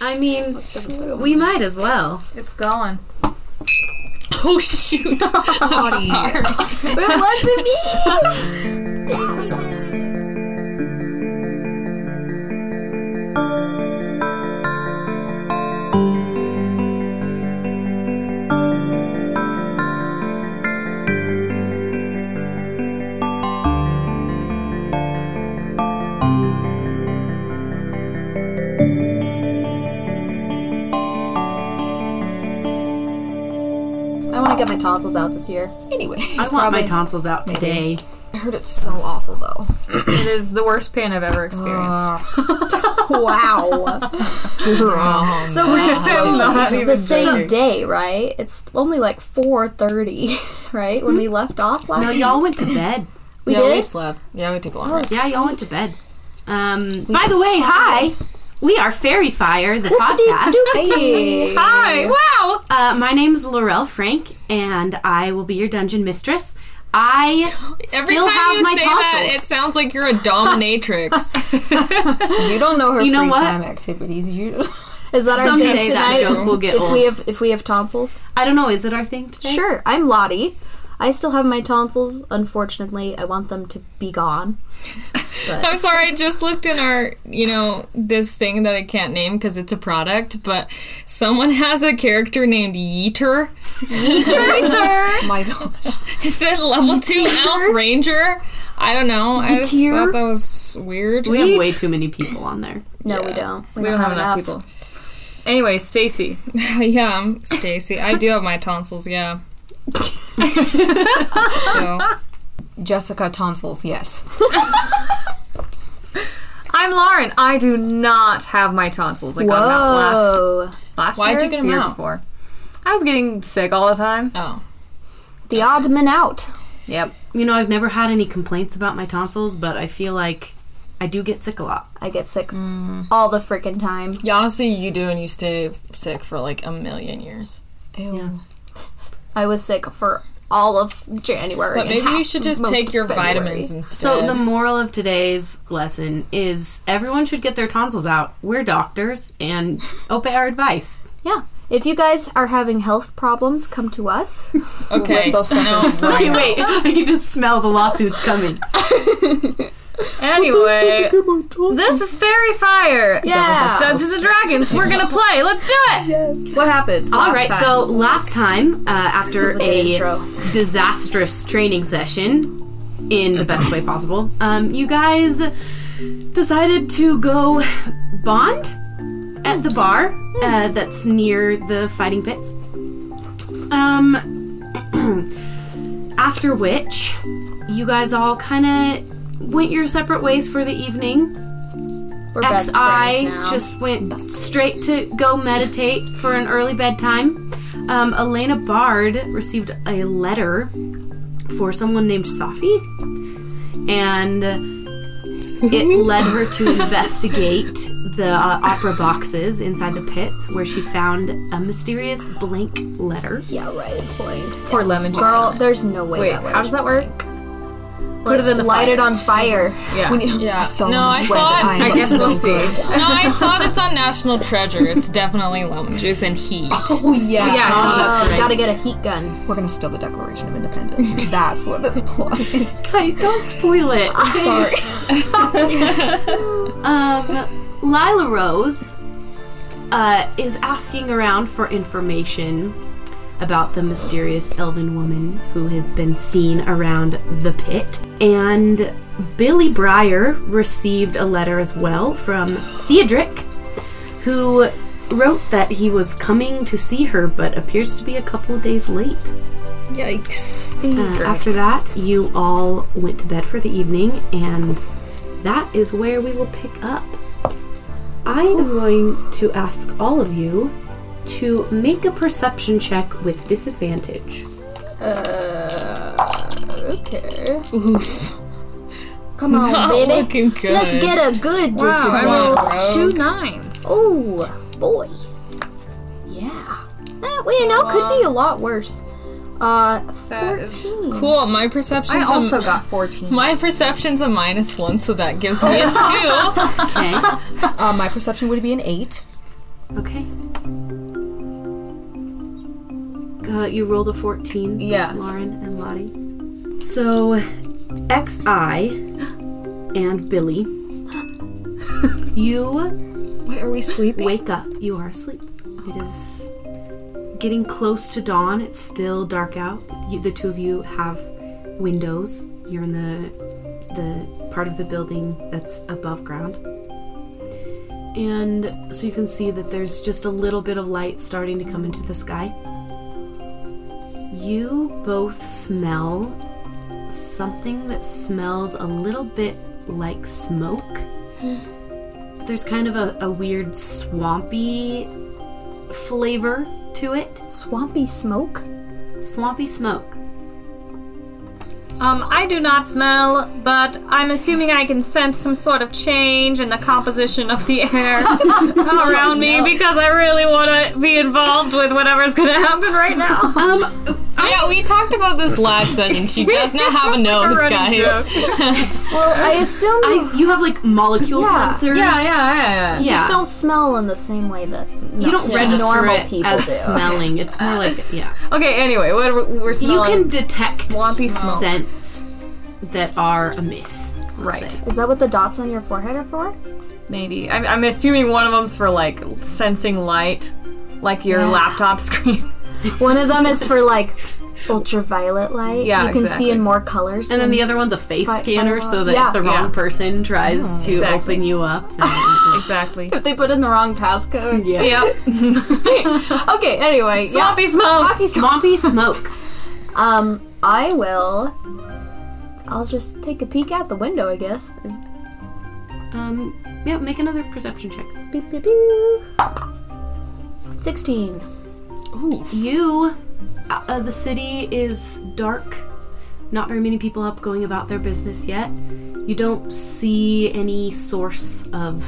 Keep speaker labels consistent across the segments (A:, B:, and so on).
A: I mean,
B: Sure.
A: we might as well.
C: It's going.
D: Oh shoot! I'm sorry.
B: It wasn't me. Daisy did.
C: I want to get my tonsils out this year.
D: Anyway,
A: I want my tonsils out today.
D: I heard it's so awful though.
C: it is the worst pain I've ever experienced.
D: Oh.
B: Wow.
C: so we're still not even
B: the same day, right? It's only like 4:30, right? When we left off last.
A: No,
B: night.
A: y'all went to bed.
B: we
D: yeah,
B: did.
D: we slept. Yeah, we took a long rest.
A: Yeah, y'all went to bed. Um, by the way, hi. We are Fairy Fire, the podcast.
B: Hey.
D: Hi! Wow!
A: Uh, my name's Laurel Frank, and I will be your dungeon mistress. I
D: Every
A: still
D: time
A: have
D: you
A: my
D: say that, it
A: tonsils.
D: sounds like you're a dominatrix.
E: You don't know her
A: You know
E: free
A: what?
E: time activities. You
B: Is that our
A: Someday
B: joke
A: that
B: tonight?
A: joke will get
B: if
A: old.
B: we have if we have tonsils.
A: I don't know. Is it our thing today?
B: Sure, I'm Lottie. I still have my tonsils. Unfortunately, I want them to be gone.
D: I'm sorry, I just looked in our, you know, this thing that I can't name because it's a product, but someone has a character named Yeeter. Oh
E: my gosh.
D: It's a level 2 elf ranger. I don't know. I just thought that was weird.
A: We have way too many people on there.
B: No, we don't.
C: We don't have enough people. Anyway, Stacy.
D: yeah, I'm Stacy. I do have my tonsils, yeah. so,
E: Jessica tonsils, yes.
C: I'm Lauren. I do not have my tonsils. I got them out last
B: Whoa!
C: last
D: Why'd
C: year.
D: you get 'em
C: year
D: out?
C: Before. I was getting sick all the time.
D: oh.
B: The odd man out.
C: Yep.
A: You know, I've never had any complaints about my tonsils, but I feel like I do get sick a lot.
B: I get sick all the freaking time.
D: Yeah, honestly, you do, and you stay sick for like a million years.
E: Ew.
B: I was sick for all of January.
D: But
B: and
D: maybe
B: half-
D: you should just
B: most
D: take
B: of
D: your
B: February.
D: vitamins instead.
A: So the moral of today's lesson is everyone should get their tonsils out. We're doctors and obey our advice.
B: Yeah. If you guys are having health problems, come to us.
D: okay,
E: those
D: no,
A: Okay, wait. I can just smell the lawsuits coming.
C: Anyway, this is Fairy Fire.
B: Yeah.
C: Dungeons and Dragons. We're gonna play. Let's do it. What happened?
A: All right. So last time, uh, after
B: a good
A: a
B: intro.
A: disastrous training session, in the best way possible, um, you guys decided to go bond at the bar uh, that's near the fighting pits. Um, after which, you guys all kind of went your separate ways for the evening.
B: We're best
A: XI
B: friends now.
A: just went straight to go meditate for an early bedtime. Um, Elena Bard received a letter for someone named Safi, and it led her to investigate the uh, opera boxes inside the pits where she found a mysterious blank letter.
B: yeah, right. It's blank.
C: Poor lemon juice.
B: Girl, there's no way.
C: Wait,
B: that
C: how does that work?
B: Put
C: it in the
B: Light
C: fire.
B: it on fire.
C: Yeah.
E: When you,
D: Yeah.
E: I saw
D: No,
E: no,
D: I
E: I
D: saw it.
E: saw
D: I
E: I
C: guess we'll
E: see.
D: no, I saw this on National Treasure. It's definitely lemon juice and heat.
E: Oh yeah.
C: Yeah.
B: Oh, gotta get a heat gun.
E: We're gonna steal the Declaration of Independence. That's what this plot is.
A: Hey, don't spoil it.
E: Sorry.
A: Um, Lila Rose uh, is asking around for information about the mysterious elven woman who has been seen around the pit. And Billy Breyer received a letter as well from Theodric, who wrote that he was coming to see her but appears to be a couple of days late.
D: Yikes.
A: Uh, after that, you all went to bed for the evening, and that is where we will pick up. I am going to ask all of you to make a perception check with disadvantage.
B: Okay. Come on, baby.
D: Looking good.
B: Let's get a good
C: I
B: disadvantage.
C: rolled
D: Wow.
C: two nines.
B: Ooh, boy. Yeah. Eh, well, you know, could be a lot worse. Uh,
C: That is-
D: cool. My perception's
C: I also
D: a,
C: got 14.
D: my perception's a minus one, so that gives me a two.
A: Okay.
E: Uh, my perception would be an eight.
A: Okay. Uh, you rolled a 14.
C: Yes.
A: Lauren and Lottie. So, XI and Billy, you
D: Why are we sleeping?
A: wake up. You are asleep. It is getting close to dawn. It's still dark out. You, the two of you have windows. You're in the the part of the building that's above ground. And so you can see that there's just a little bit of light starting to come into the sky. You both smell something that smells a little bit like smoke.
B: Hmm.
A: But there's kind of a, a weird swampy flavor to it.
B: Swampy smoke?
A: Swampy smoke.
F: Um, I do not smell, but I'm assuming I can sense some sort of change in the composition of the air around me because I really want to be involved with whatever's going to happen right now.
D: Yeah, we talked about this last session. She does not have a nose, guys.
B: Well, I assume
A: I, you have like molecule
B: Yeah.
A: sensors.
C: Yeah, yeah, yeah. yeah.
A: Yeah.
B: just don't smell in the same way that
A: you don't register
B: normal
A: it
B: people
A: as
B: do.
A: smelling. It's more like yeah.
C: Okay, anyway, what are we, we're
A: You
C: smelling.
A: can detect
C: swampy smoke.
A: scents that are amiss. let's
C: Right.
A: say.
B: Is that what the dots on your forehead are for?
C: Maybe. I'm, I'm assuming one of them's for like sensing light, like your laptop screen.
B: One of them is for like ultraviolet light.
C: Yeah,
B: you can see
C: exactly.
B: in more colors.
A: And then
B: than-
A: the other one's a face
B: But-
A: scanner, so that
B: Yeah.
A: if the wrong
C: Yeah. Oh,
A: person tries to
C: Exactly.
A: open you up, then
C: exactly.
E: If they put in the wrong task code.
A: yeah.
C: Yep.
B: okay. Anyway, yeah.
C: Sloppy smoke.
A: Swampy smoke.
B: Um, I will. I'll just take a peek out the window, I guess. Is-
A: Um, yeah, make another perception check.
B: beep, beep, beep. Sixteen.
A: You, uh, uh, the city is dark. Not very many people up going about their business yet. You don't see any source of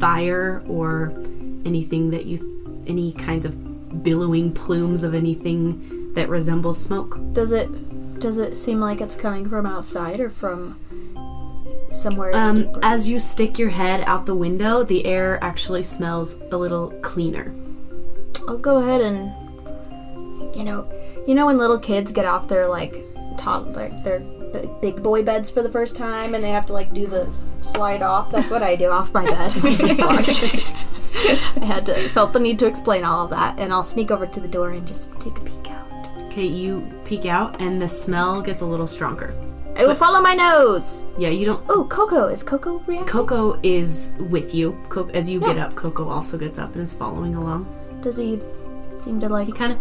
A: fire or anything that you, any kinds of billowing plumes of anything that resembles smoke.
B: Does it? Does it seem like it's coming from outside or from somewhere?
A: Um,
B: deeper?
A: as you stick your head out the window, the air actually smells a little cleaner.
B: I'll go ahead and you know, you know when little kids get off their like toddler their b- big boy beds for the first time and they have to like do the slide off. That's what I do off my bed. It's large. I had to felt the need to explain all of that, and I'll sneak over to the door and just take a peek out.
A: Okay, you peek out, and the smell gets a little stronger.
B: I will follow my nose.
A: Yeah, you don't
B: Oh, Coco is Coco react?
A: Coco is with you. Co- as you get up, Coco also gets up and is following along.
B: Does he seem to like
A: He kind of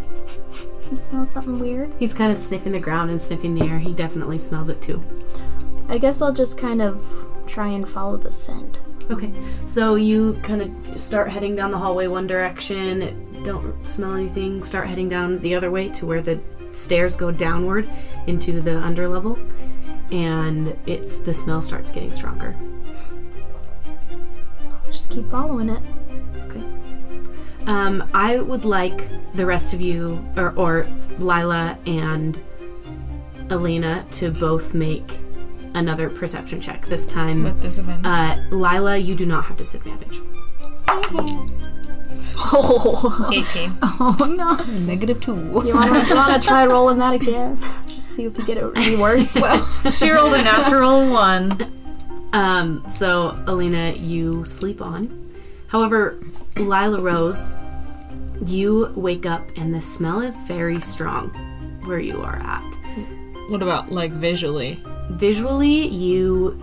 B: he smells something weird?
A: he's kind of sniffing the ground and sniffing the air. He definitely smells it too.
B: I guess I'll just kind of try and follow the scent.
A: Okay, so you kind of start heading down the hallway one direction. It don't smell anything. Start heading down the other way to where the stairs go downward into the underlevel, and it's the smell starts getting stronger.
B: Just keep following it.
A: Um, I would like the rest of you, or, or Lila and Elena, to both make another perception check. This time,
D: With disadvantage.
A: uh, Lila, you do not have disadvantage.
D: 18.
E: Negative two.
B: You wanna, you wanna try rolling that again? Just see if you get it any worse.
C: She rolled a natural one.
A: Um, so, Elena, you sleep on. However, Lila Rose, you wake up and the smell is very strong where you are at.
D: What about, like, visually?
A: visually you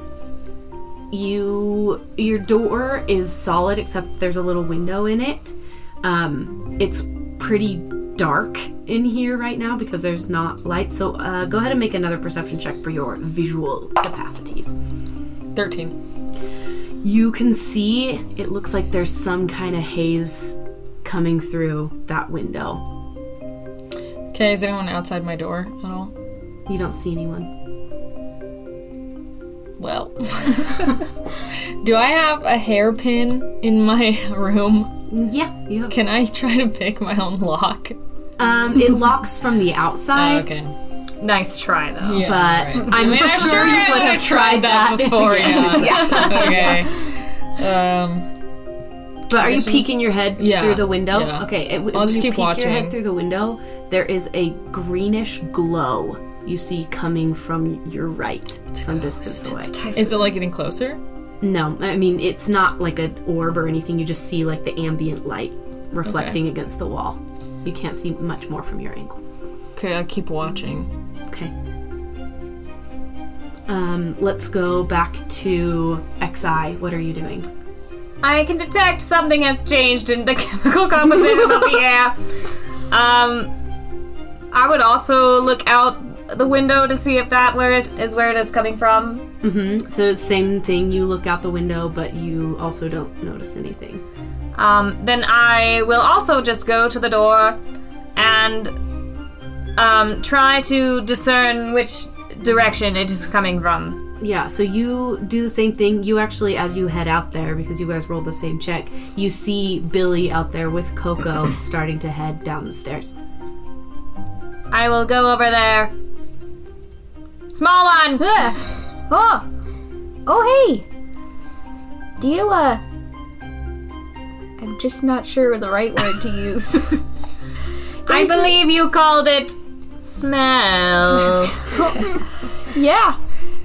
A: you your door is solid except there's a little window in it um it's pretty dark in here right now because there's not light so uh, go ahead and make another perception check for your visual capacities
D: 13.
A: you can see it looks like there's some kind of haze coming through that window
D: Okay, is anyone outside my door at all?
A: you don't see anyone
D: Well. Do I have a hairpin in my room?
A: yeah you have
D: Can I try to pick my own lock?
A: um it locks from the outside
D: Oh, okay.
C: Nice try though.
D: Yeah,
A: but
D: right.
A: I'm
D: I mean, I'm sure
A: sure you
D: I would have tried that, before. Yeah. okay. Um,
A: But are you
D: missions?
A: peeking your head
D: Yeah,
A: through the window?
D: yeah.
A: Okay, it,
D: I'll
A: if
D: just
A: you
D: keep
A: peek your
D: watching.
A: head through the window, there is a greenish glow you see coming from your right, some distance away.
D: Is it like getting closer?
A: No, I mean it's not like an orb or anything. You just see like the ambient light reflecting against the wall. You can't see much more from your angle.
D: Okay, I'll keep watching.
A: Okay. Um, let's go back to XI. What are you doing?
F: I can detect something has changed in the chemical composition of the air. Um, I would also look out the window to see if that where it is where it is coming from.
A: Mm-hmm. So same thing. You look out the window, but you also don't notice anything.
F: Um, then I will also just go to the door and um, try to discern which direction it is coming from.
A: Yeah. So you do the same thing. You actually, as you head out there, because you guys rolled the same check, you see Billy out there with Coco starting to head down the stairs.
F: I will go over there. Small one.
B: Oh, oh hey. Do you uh? I'm just not sure the right word to use.
F: I believe you called it smell.
B: yeah.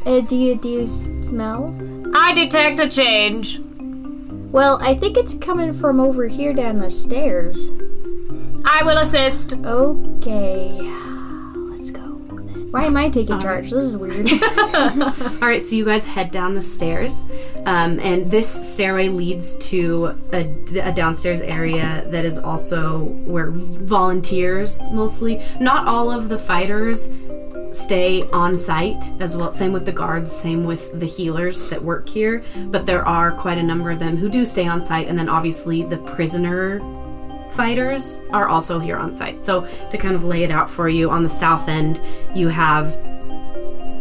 B: Uh, do you do you s- smell?
F: I detect a change.
B: Well, I think it's coming from over here down the stairs.
F: I will assist.
B: Okay. Let's go. Why am I taking charge? This is weird.
A: All right, so you guys head down the stairs, um, and this stairway leads to a, d- a downstairs area that is also where volunteers mostly, not all of the fighters, stay on site as well. Same with the guards, same with the healers that work here, but there are quite a number of them who do stay on site, and then obviously the prisoner fighters are also here on site. So, to kind of lay it out for you, on the south end, you have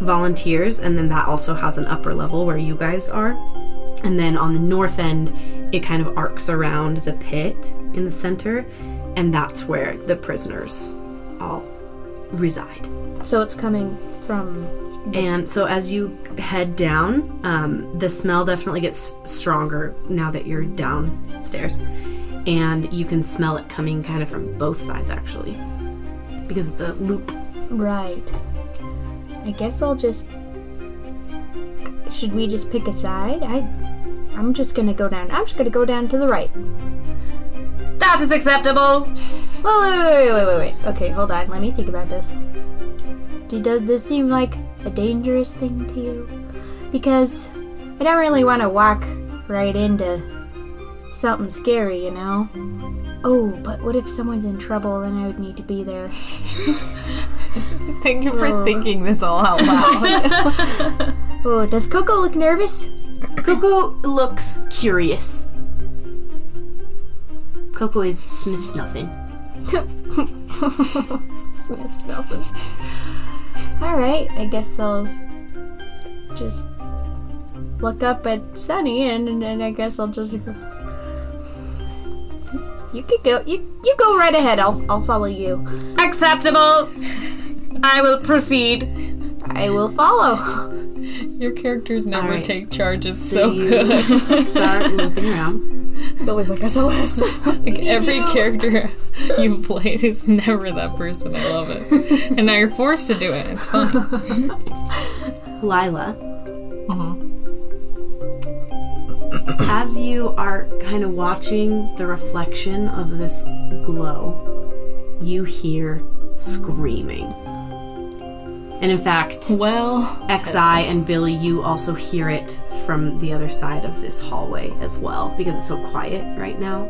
A: volunteers, and then that also has an upper level where you guys are. And then on the north end, it kind of arcs around the pit in the center, and that's where the prisoners all reside.
B: so it's coming from.
A: And so as you head down, um, the smell definitely gets stronger now that you're downstairs. And you can smell it coming kind of from both sides, actually, because it's a loop.
B: Right. I guess I'll just. Should we just pick a side? I. I'm just gonna go down. I'm just gonna go down to the right.
F: That is acceptable.
B: Whoa, wait, wait, wait, wait, wait, wait. Okay, hold on. Let me think about this. Do, does this seem like a dangerous thing to you? Because I don't really want to walk right into something scary, you know? Oh, but what if someone's in trouble? Then I would need to be there.
D: Thank you for thinking this all out loud.
B: Oh, does Coco look nervous?
A: Coco looks curious. Coco is sniff snuffing.
B: Sniffs nothing. Alright, I guess I'll just look up at Sunny and, and, and I guess I'll just go. You could go you you go right ahead, I'll I'll follow you.
F: Acceptable. I will proceed.
B: I will follow.
D: Your characters never
A: Alright.
D: take charge. It's so
A: So you-
D: good.
A: Start looping around.
E: Billy's like SOS.
D: Like every character you played is never that person. I love it. And now you're forced to do it. It's fun.
A: Lila. As you are kind of watching the reflection of this glow, you hear screaming. And in fact,
D: Well,
A: XI and Billy, you also hear it from the other side of this hallway as well because it's so quiet right now.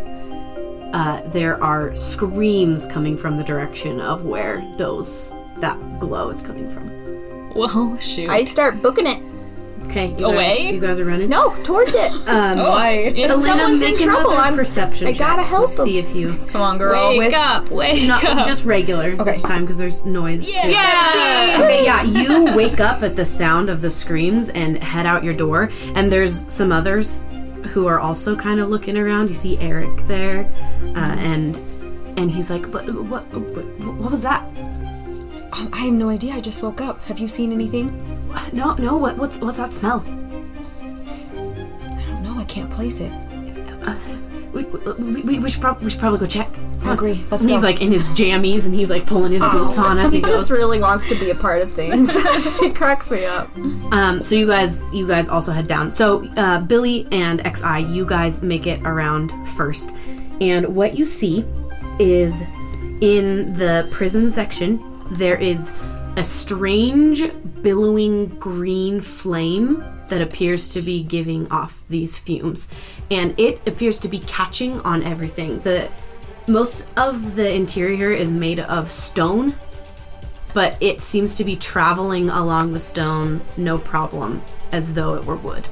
A: Uh, there are screams coming from the direction of where those that glow is coming from.
D: well, shoot.
B: I start booking it.
A: Okay, you guys-
D: Away?
A: you guys are running.
B: No, towards it.
A: um,
E: Why?
D: It's-
A: Elena,
B: someone's
A: make
B: in trouble.
A: another
B: I'm-
A: perception.
B: I
A: check.
B: gotta help
A: Let's See if you
F: Come on, girl.
D: wake
E: with-
D: up, wake
A: not
D: up.
A: just regular this
E: Okay.
A: time because there's noise.
D: yeah.
A: Okay, yeah, you wake up at the sound of the screams and head out your door, and there's some others who are also kind of looking around. You see Eric there, uh, and and he's like, "But what, what? What was that?
E: Um, I have no idea. I just woke up. Have you seen anything?
A: No, no. What? What's what's that smell?
E: No, I can't place it.
A: we, we, we, we should prob- we should probably go check.
E: I agree. Let's
A: And
E: go. Oh
A: he's like in his jammies and he's like pulling his boots on as he
B: He
A: goes.
B: just really wants to be a part of things. he cracks me up.
A: Um, so you guys, you guys also head down. So uh, Billy and Xi, you guys make it around first, and what you see is in the prison section there is a strange billowing green flame that appears to be giving off these fumes, and it appears to be catching on everything. The most of the interior is made of stone but it seems to be traveling along the stone no problem as though it were wood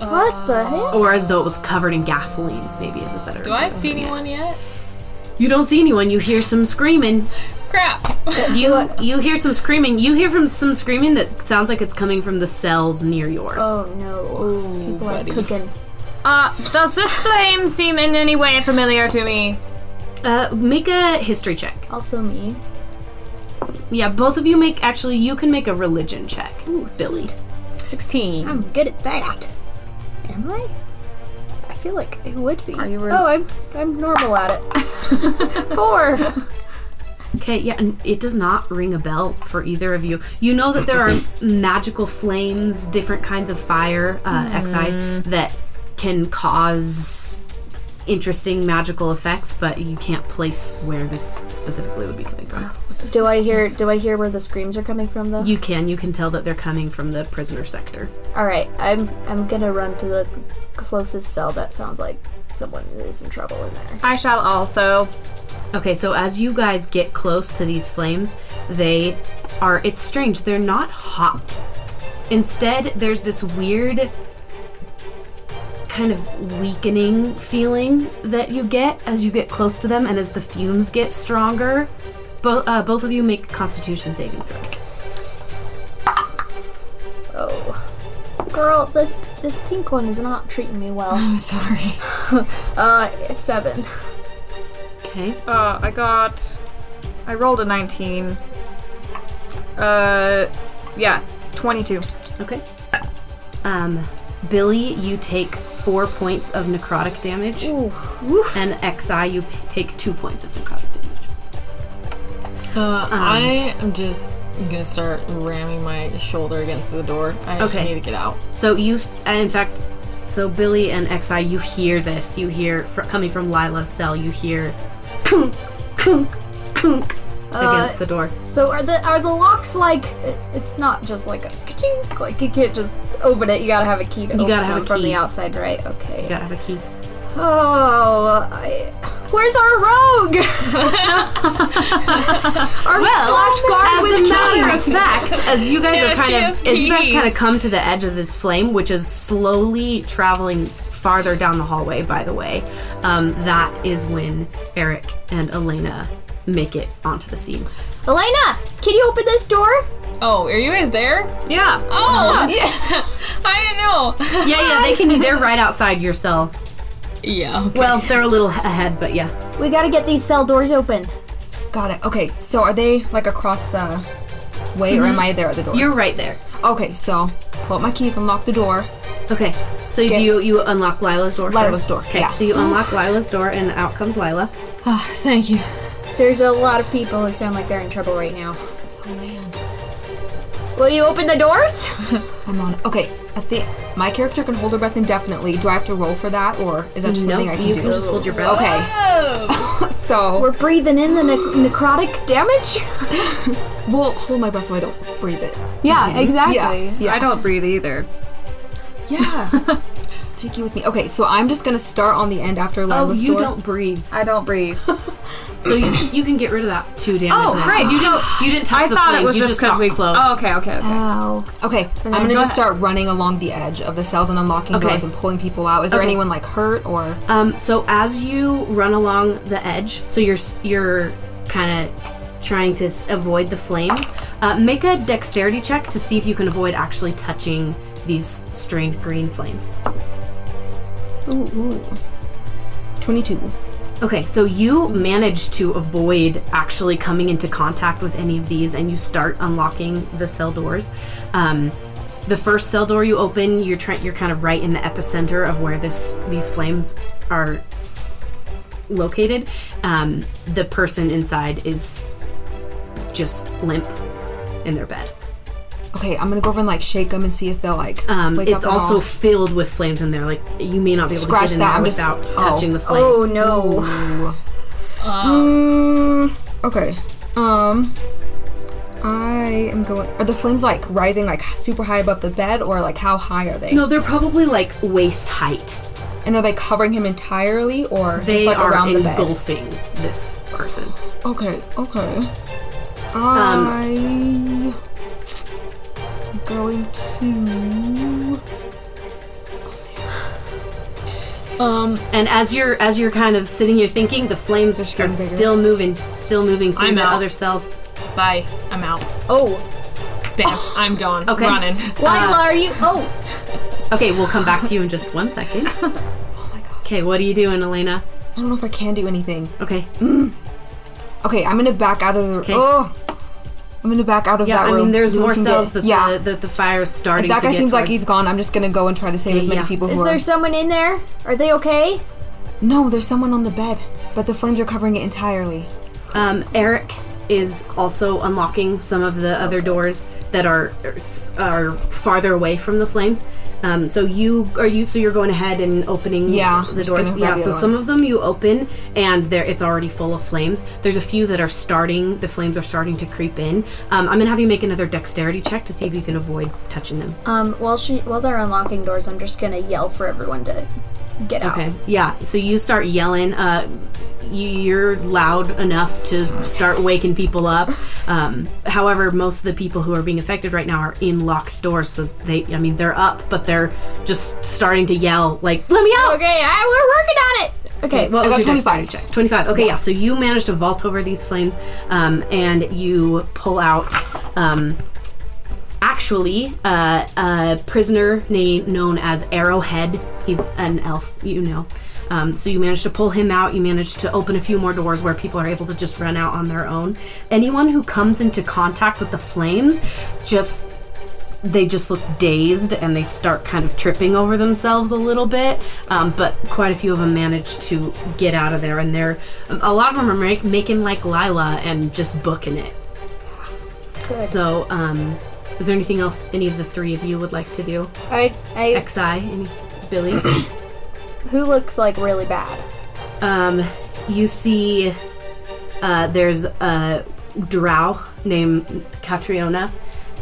B: What the heck?
A: or as though it was covered in gasoline maybe is a better
D: Do I see anyone yet?
A: you don't see anyone you hear some screaming
D: Crap.
A: you you hear some screaming you hear from some screaming that sounds like it's coming from the cells near yours
B: Oh no. People are cooking.
F: Uh, does this flame seem in any way familiar to me?
A: uh, make a history check
B: Also me.
A: yeah both of you make actually you can make a religion check billy
F: 16.
E: I'm good at that.
B: Am I?
E: I feel like it would be.
B: You were. Oh, I'm. I'm normal at it. Four.
A: Okay, yeah, and it does not ring a bell for either of you. You know that there are magical flames, different kinds of fire, uh, Xi, that can cause interesting magical effects, but you can't place where this specifically would be coming from.
B: Do I hear? Do I hear where the screams are coming from though?
A: You can, you can tell that they're coming from the prisoner sector.
B: All right. I'm. I'm gonna run to the closest cell that sounds like someone is in trouble in there.
F: I shall also.
A: Okay, so as you guys get close to these flames, they are, it's strange, they're not hot. Instead, there's this weird kind of weakening feeling that you get as you get close to them and as the fumes get stronger. Bo- uh, both of you make constitution saving throws.
B: Oh. Girl, this this pink one is not treating me well.
D: I'm sorry.
B: Uh, seven.
A: Okay.
F: Uh, I got. I rolled a 19. Uh, yeah, 22.
A: Okay. Um, Billy, you take four points of necrotic damage. And Xi, you p- take two points of necrotic damage.
D: Uh, I am just gonna start ramming my shoulder against the door. I
A: Okay.
D: need to get out.
A: So you, s- and in fact, so Billy and Xi, you hear this. You hear fr- coming from Lila's cell. You hear, kunk, kunk, kunk, against the door.
B: So are the are the locks like? it- It's not just like a ka-chink, like you can't just open it. You gotta have a key to. You open
A: gotta have
B: them
A: a
B: from
A: key.
B: the outside, right? Okay.
A: You gotta have a key.
B: Oh, I, where's our rogue? our slash guard
A: As
B: with
A: a matter of
B: keys.
A: fact, as you guys
D: Yeah,
A: are
D: she
A: kind
D: has
A: of, as you guys
D: keys.
A: kind of come to the edge of this flame, which is slowly traveling farther down the hallway. By the way, um, that is when Eric and Elena make it onto the scene.
B: Elena, can you open this door?
D: Oh, are you guys there?
F: Yeah.
D: Oh, yeah. I didn't know.
A: Yeah, yeah, they can. They're right outside your cell.
D: yeah. okay.
A: Well, they're a little ahead, but yeah.
B: We gotta get these cell doors open.
E: Got it. Okay, so are they like across the way or am I there at the door?
A: You're right there.
E: okay, so pull up my keys, unlock the door.
A: Okay. So you do
E: Skip.
A: you, you unlock Lila's door
E: Lila's
A: first?
E: door,
A: Okay.
E: yeah.
A: So you unlock Lila's door and out comes Lila.
D: Ah, thank you.
B: There's a lot of people who sound like they're in trouble right now.
E: Oh man.
B: Will you open the doors?
E: I'm on it. Okay, I think my character can hold her breath indefinitely. Do I have to roll for that or is that just
A: No,
E: something I can
A: you
E: do?
A: can just hold your breath.
E: okay. so
B: We're breathing in the ne- necrotic damage.
E: well hold my breath so I don't breathe it.
B: Yeah, exactly.
E: Yeah. Yeah.
C: I don't breathe either.
E: yeah. Take you with me. Okay, so I'm just gonna start on the end after
A: Oh,
E: Lila's
A: you
E: door.
A: don't breathe.
C: I don't breathe.
A: So you, you can get rid of that two damage.
C: Oh,
A: then.
C: great.
A: 'Cause You didn't you didn't touch
C: I
A: the
C: thought
A: flame.
C: it was
A: you
C: just because
A: got
C: we
A: close.
C: Oh, okay, okay, okay.
B: Wow.
E: Okay, I'm gonna just start running along the edge of the cells and unlocking
A: Okay.
E: doors and pulling people out. Is there
A: Okay.
E: anyone like hurt or?
A: Um, so as you run along the edge, so you're s- you're kind of trying to s- avoid the flames. Uh, make a dexterity check to see if you can avoid actually touching these strange green flames.
E: Ooh, ooh. 22.
A: Okay, so you manage to avoid actually coming into contact with any of these, and you start unlocking the cell doors. Um, The first cell door you open, you're trying. You're kind of right in the epicenter of where this these flames are located. Um, the person inside is just limp in their bed.
E: Okay, I'm gonna go over and like shake them and see if they'll like
A: Um,
E: wake
A: it's
E: up at
A: also
E: all.
A: filled with flames in there. Like you may not be able
E: Scratch
A: to get in
E: that,
A: there
E: I'm just-
A: without
E: oh.
A: touching the flames.
B: Oh no.
E: Mm, okay. Um, I am going. Are the flames like rising like super high above the bed, or like how high are they?
A: No, they're probably like waist height.
E: And are they covering him entirely, or
A: They
E: just like
A: are
E: around the bed?
A: engulfing this person.
E: Okay. Okay.
A: Um,
E: I. am Going to.
D: Um,
A: And as you're as you're kind of sitting here thinking, the flames are
E: just getting bigger.
A: still moving, still moving through
D: I'm
A: the
D: out.
A: other cells.
D: bye. I'm out.
B: Oh,
D: Bam. I'm gone.
A: Okay.
D: Running.
B: Lila, are you? Oh,
A: Okay, we'll come back to you in just one second.
E: Oh my god.
A: Okay, what are you doing, Elena?
E: I don't know if I can do anything.
A: Okay,
E: Okay, I'm gonna back out of the.
A: Okay.
E: Oh. I'm gonna back out of
A: yeah,
E: that
A: I
E: room.
A: mean, there's
E: so we
A: more
E: can
A: cells
E: get,
A: that
E: yeah.
A: the that the fire is starting.
E: If that
A: to
E: guy
A: get
E: seems like
A: towards-
E: he's gone, I'm just gonna go and try to save as many
A: yeah.
E: people
B: is
E: who
B: there
E: are.
B: someone in there? Are they okay?
E: No, there's someone on the bed, but the flames are covering it entirely.
A: Um, Eric is also unlocking some of the other doors that are are farther away from the flames. Um, so you are you so you're going ahead and opening
E: Yeah, I'm
A: the
E: just
A: doors.
E: gonna
A: Yeah,
E: grab the
A: so
E: other
A: some
E: ones.
A: of them you open and there it's already full of flames. There's a few that are starting. The flames are starting to creep in. Um, I'm gonna have you make another dexterity check to see if you can avoid touching them.
B: Um, while she while they're unlocking doors, I'm just gonna yell for everyone to get out.
A: Okay. Yeah. So you start yelling. Uh, you, you're loud enough to start waking people up. Um, however, most of the people who are being affected right now are in locked doors, so they. I mean, they're up, but they're just starting to yell like, "Let me out!"
B: Okay, I, we're working on it. Okay,
A: What
E: I
A: was
E: got
A: your dexterity
E: 25.
A: check? 25. Okay, yeah. So you manage to vault over these flames, um, and you pull out. Um, actually, uh, a prisoner named known as Arrowhead. He's an elf, you know. Um, so you manage to pull him out. You manage to open a few more doors where people are able to just run out on their own. Anyone who comes into contact with the flames, just they just look dazed and they start kind of tripping over themselves a little bit. Um, but quite a few of them manage to get out of there, and they're a lot of them are make, making like Lila and just booking it. So, um, is there anything else any of the three of you would like to do?
B: I, I
A: Xi, any, Billy.
B: who looks like really bad?
A: um, you see, uh, there's a drow named Catriona.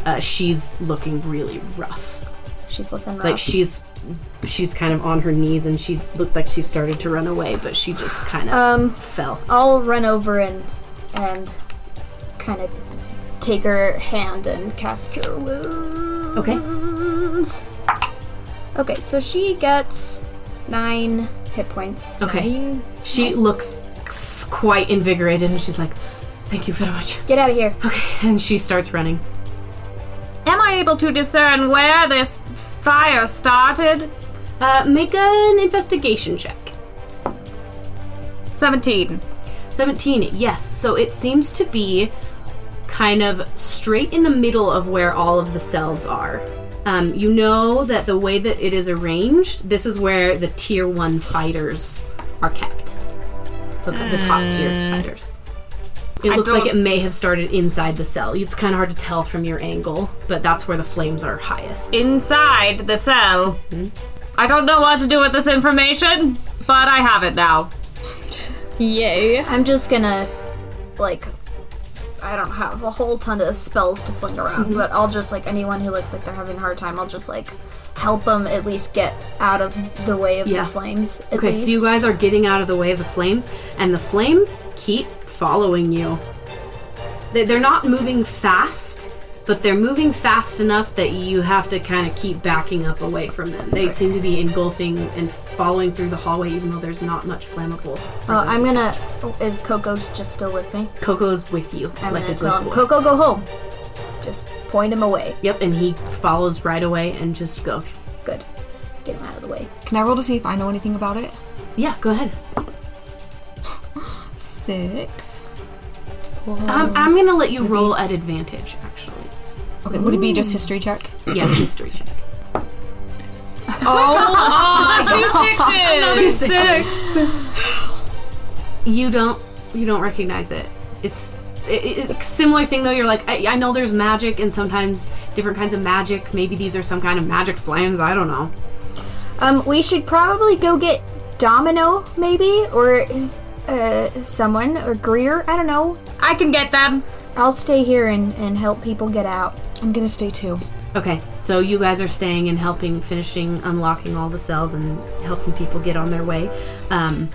A: Uh, she's looking really rough.
B: She's looking rough.
A: like she's she's kind of on her knees and she looked like she started to run away but she just kind of
B: um,
A: fell
B: I'll run over and and kind of take her hand and cast cure wounds.
A: okay
B: Okay, so she gets nine hit points.
A: okay she looks quite invigorated and she's like thank you very much
B: Get out of here.
A: okay and she starts running
F: Am I able to discern where this fire started?
A: uh, make an investigation check
F: 17.
A: 17 yes so it seems to be kind of straight in the middle of where all of the cells are um, you know that the way that it is arranged this is where the tier 1 fighters are kept so the top tier fighters it looks like it
F: don't-
A: may have started inside the cell it's kind of hard to tell from your angle but that's where the flames are highest
F: Inside the cell. I don't know what to do with this information, but I have it now.
D: Yay.
B: I'm just gonna like I don't have a whole ton of spells to sling around,
A: Mm-hmm.
B: but I'll just like anyone who looks like they're having a hard time, I'll just like help them at least get out of the way of
A: Yeah.
B: the flames. At
A: okay
B: least.
A: so you guys are getting out of the way of the flames and the flames keep following you They- they're not moving fast but they're moving fast enough that you have to kind of keep backing up away from them they seem to be engulfing and following through the hallway even though there's not much flammable
B: Uh, I'm gonna. oh, Is Coco just still with me?
A: coco's with you
B: I'm
A: like a
B: gonna
A: good
B: tell him,
A: boy.
B: Coco, go home. Just point him away.
A: yep and he follows right away and just goes
B: Good. Get him out of the way.
E: Can I roll to see if I know anything about it?
A: yeah go ahead
E: Six.
B: Um,
A: I'm, I'm gonna let you roll at advantage actually
E: Okay, would it be just history check?
A: Yeah, history check.
D: Ah, two sixes.
A: You don't you don't recognize it. It's it, it- it's a similar thing though. You're like I, I know there's magic and sometimes different kinds of magic. Maybe these are some kind of magic flames. I don't know.
B: Um, we should probably go get Domino, maybe, or is uh someone or Greer. I don't know.
F: I can get them.
B: I'll stay here and and help people get out.
E: I'm gonna stay too.
A: Okay, so you guys are staying and helping, finishing, unlocking all the cells and helping people get on their way. Um,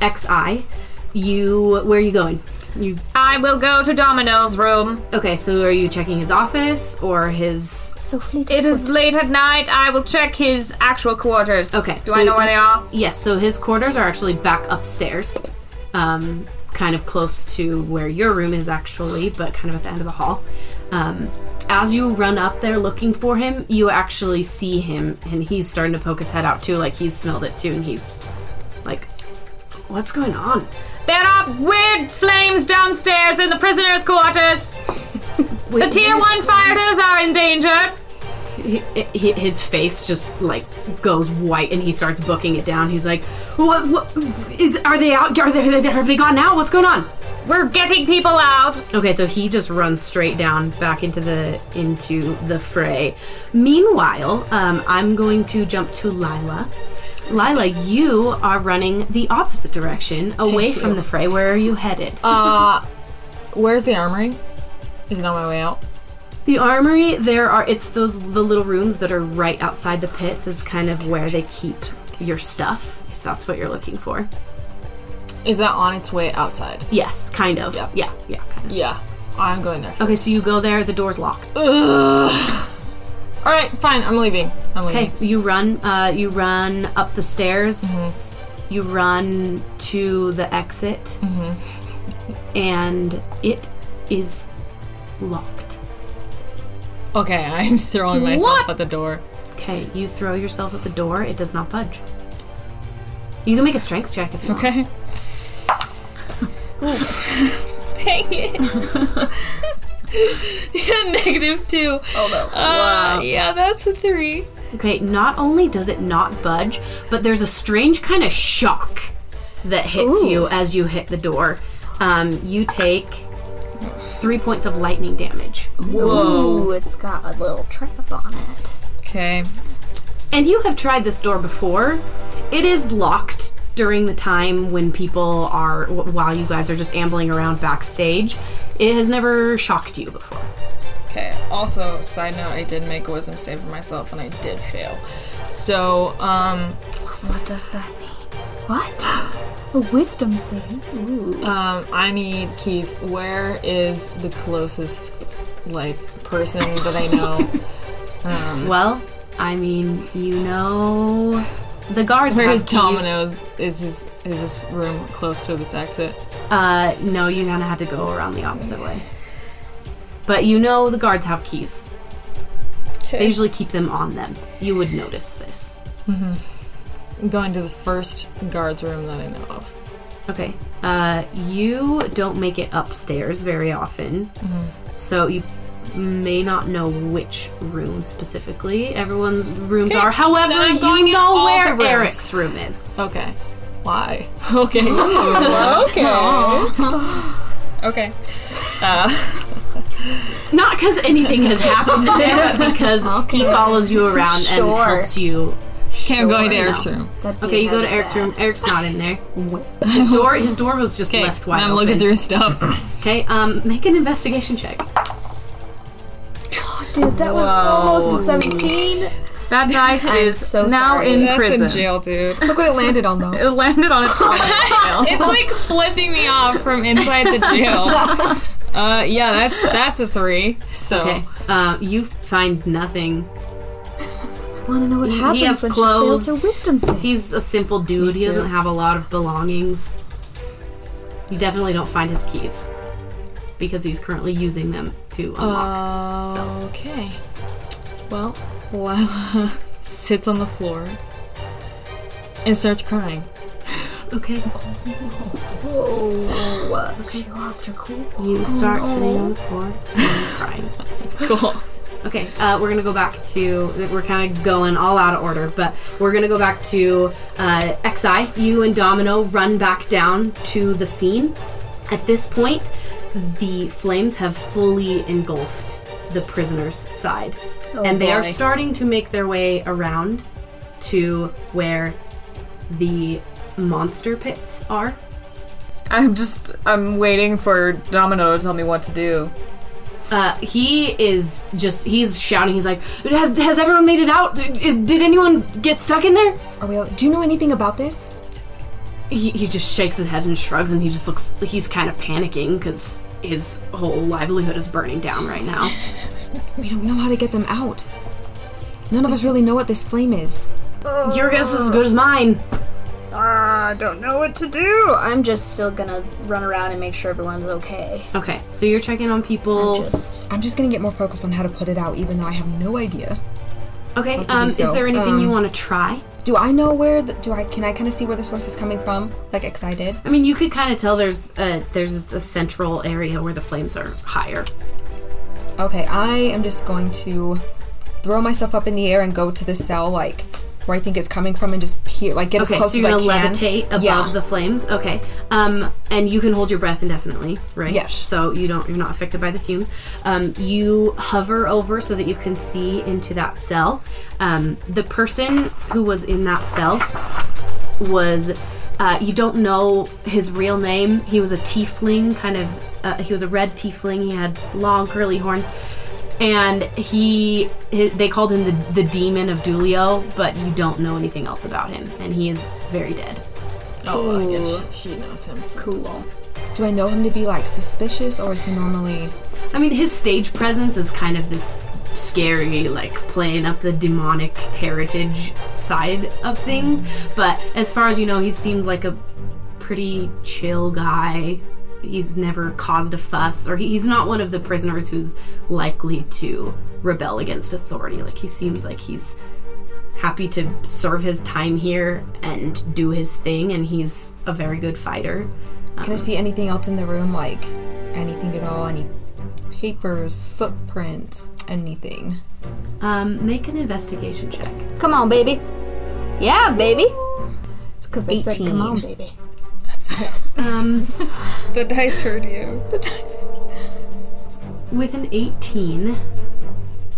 A: Xi, you where are you going? You
F: I will go to Domino's room.
A: okay? So are you checking his office or his?
B: So fleet.
F: It is late at night. I will check his actual quarters.
A: Okay,
F: Do
A: so-
F: I know where they are?
A: Yes, so his quarters are actually back upstairs, um, kind of close to where your room is actually, but kind of at the end of the hall. Um, as you run up there looking for him, you actually see him, and he's starting to poke his head out too, like he's smelled it too, and he's like, "What's going on?"
F: There are weird flames downstairs in the prisoners' quarters. the tier one fighters are in danger.
A: He- he- his face just like goes white, and he starts booking it down. He's like, "What? What is? Are they out? Are they? Have they gone now? What's going on?"
F: We're getting people out.
A: Okay, so he just runs straight down back into the into the fray. Meanwhile, um, I'm going to jump to Lila. Lila, you are running the opposite direction, away from the fray. Where are you headed?
D: Uh, where's the armory? Is it on my way out?
A: the armory. There are it's those the little rooms that are right outside the pits is kind of where they keep your stuff, if that's what you're looking for.
D: Is that on its way outside?
A: Yes, kind of.
D: Yep.
A: Yeah, yeah. Kind of.
D: Yeah, I'm going there.
A: Okay, so you go there. The door's locked.
D: Ugh. All right, fine. I'm leaving. I'm leaving.
A: Okay, you run. Uh, you run up the stairs. You run to the exit, and it is locked.
D: Okay, I'm throwing myself at the door.
A: Okay, you throw yourself at the door. It does not budge. You can make a strength check if you want.
D: Okay. Dang it. Negative two. Oh no. Uh, yeah, that's a three.
A: Okay, not only does it not budge, but there's a strange kind of shock that hits you as you hit the door. Um, you take three points of lightning damage.
B: Ooh, it's got a little trap on it.
D: Okay.
A: And you have tried this door before. It is locked during the time when people are, wh- while you guys are just ambling around backstage. It has never shocked you before.
D: Okay. Also, side note, I did make a wisdom save for myself and I did fail. So, um,
B: What does that mean? What? A wisdom save. Ooh.
D: um, I need keys. Where is the closest, like, person that I know?
A: Well, I mean, you know, the guards.
D: Where
A: have
D: is
A: keys.
D: Domino's? Is his is this room close to this exit?
A: Uh, no, you kind of have to go around the opposite way. But you know, the guards have keys. They usually keep them on them. You would notice this.
D: I'm going to the first guard's room that I know of.
A: Okay. Uh, you don't make it upstairs very often,
D: Mm-hmm.
A: so you may not know which room specifically everyone's rooms
D: Okay,
A: are.
D: then
A: However,
D: I'm going
A: you
D: in all
A: know where
D: the rooms.
A: Eric's room is.
D: Okay. Why? Okay. okay. okay. Uh,
A: Not because anything has happened there, but because he follows you around and
B: Sure.
A: helps you.
D: okay, I'm going to Eric's
A: No.
D: room.
B: That
A: Okay,
B: dude
A: you go
B: has
A: to
B: it
A: Eric's
B: bad.
A: room. Eric's not in there. His door, his door was just
D: Okay.
A: left
D: and
A: wide
D: I'm
A: open.
D: looking through his stuff.
A: Okay, um, make an investigation check.
E: Dude, that was almost a 17.
F: That dice is
B: so
F: now
B: sorry.
F: in
B: That's
F: prison.
D: jail, dude.
E: Look what it landed on though.
F: It landed on a top.
D: it's like flipping me off from inside the jail. Uh, yeah, that's that's a three. So
A: Okay, uh, you find nothing.
B: I want to know what
A: He- he
B: happens
A: has
B: when
A: clothes.
B: she fails her wisdom save.
A: He's a simple dude. He
D: too.
A: doesn't have a lot of belongings. You definitely don't find his keys because he's currently using them to unlock. Cells.
D: Okay. Well, Lila sits on the floor and starts crying.
A: okay.
B: She lost her cool.
A: You start sitting on the floor and crying.
D: Cool.
A: Okay, uh, we're gonna go back to. We're kind of going all out of order, but we're gonna go back to uh, Xi. You and Domino run back down to the scene. At this point, the flames have fully engulfed the prisoners' side, and they are
B: boy.
A: starting to make their way around to where the monster pits are.
C: I'm just I'm waiting for Domino to tell me what to do.
A: Uh, he is just he's shouting he's like has, has everyone made it out is, did anyone get stuck in there
E: Are we? Do you know anything about this?
A: he, he just shakes his head and shrugs and he just looks he's kind of panicking because his whole livelihood is burning down right now
E: We don't know how to get them out. None of us really know what this flame is.
A: your guess is as good as mine
F: I don't know what to do.
B: I'm just still gonna run around and make sure everyone's okay.
A: okay so you're checking on people
B: Just
E: I'm just gonna get more focused on how to put it out, even though I have no idea.
A: okay
E: to do
A: um, is
E: so.
A: there anything you
E: Um,
A: want to try
E: Do I know where? The, do I? Can I kind of see where the source is coming from? Like Xi did.
A: i mean you could kind of tell there's a there's a central area where the flames are higher
E: Okay, I am just going to throw myself up in the air and go to the cell, like where I think it's coming from, and just peer, like get as
A: okay
E: close
A: so you're
E: as I
A: gonna
E: can.
A: levitate above
E: yeah.
A: the flames okay um and you can hold your breath indefinitely right
E: Yes.
A: so you don't you're not affected by the fumes um you hover over so that you can see into that cell um the person who was in that cell was uh, you don't know his real name he was a tiefling kind of uh, he was a red tiefling he had long curly horns and he, hi they called him the, the demon of Dulio, but you don't know anything else about him and he is very dead
D: Oh, I guess she, she knows him. so-
B: cool.
E: Do I know him to be like suspicious, or is he normally?
A: I mean, his stage presence is kind of this scary, like playing up the demonic heritage side of things. But as far as you know, he seemed like a pretty chill guy. He's never caused a fuss, or he, he's not one of the prisoners who's likely to rebel against authority. Like, he seems like he's happy to serve his time here and do his thing, and he's a very good fighter.
E: Can I see anything else in the room, like anything at all? Any papers, footprints, anything?
A: Um, make an investigation check.
B: Come on, baby. Yeah, baby. It's because I said,
E: 18.
B: "Come on, baby."
A: Um,
D: The dice heard you.
A: With an 18,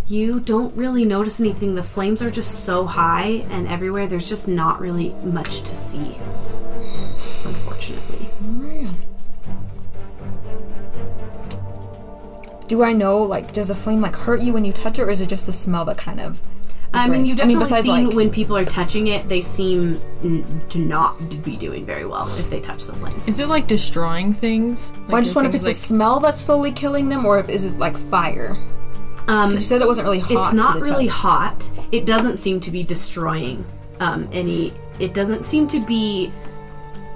A: you don't really notice anything. The flames are just so high and everywhere, there's just not really much to see. Unfortunately.
E: Man. Do I know, like, does a flame like hurt you when you touch it, or is it just the smell that kind of?
A: I mean, you
E: right. I mean,
A: definitely
E: besides,
A: seen
E: like-
A: when people are touching it, they seem n- to not be doing very well if they touch the flames.
D: Is it like destroying things? Like,
E: Well, I just
D: do
E: wonder if it's
D: things,
E: the smell that's slowly killing them, or if is it like fire?
A: Um,
E: You said it wasn't really hot.
A: it's
E: to
A: not
E: the
A: really
E: touch.
A: hot. It doesn't seem to be destroying um, any. It doesn't seem to be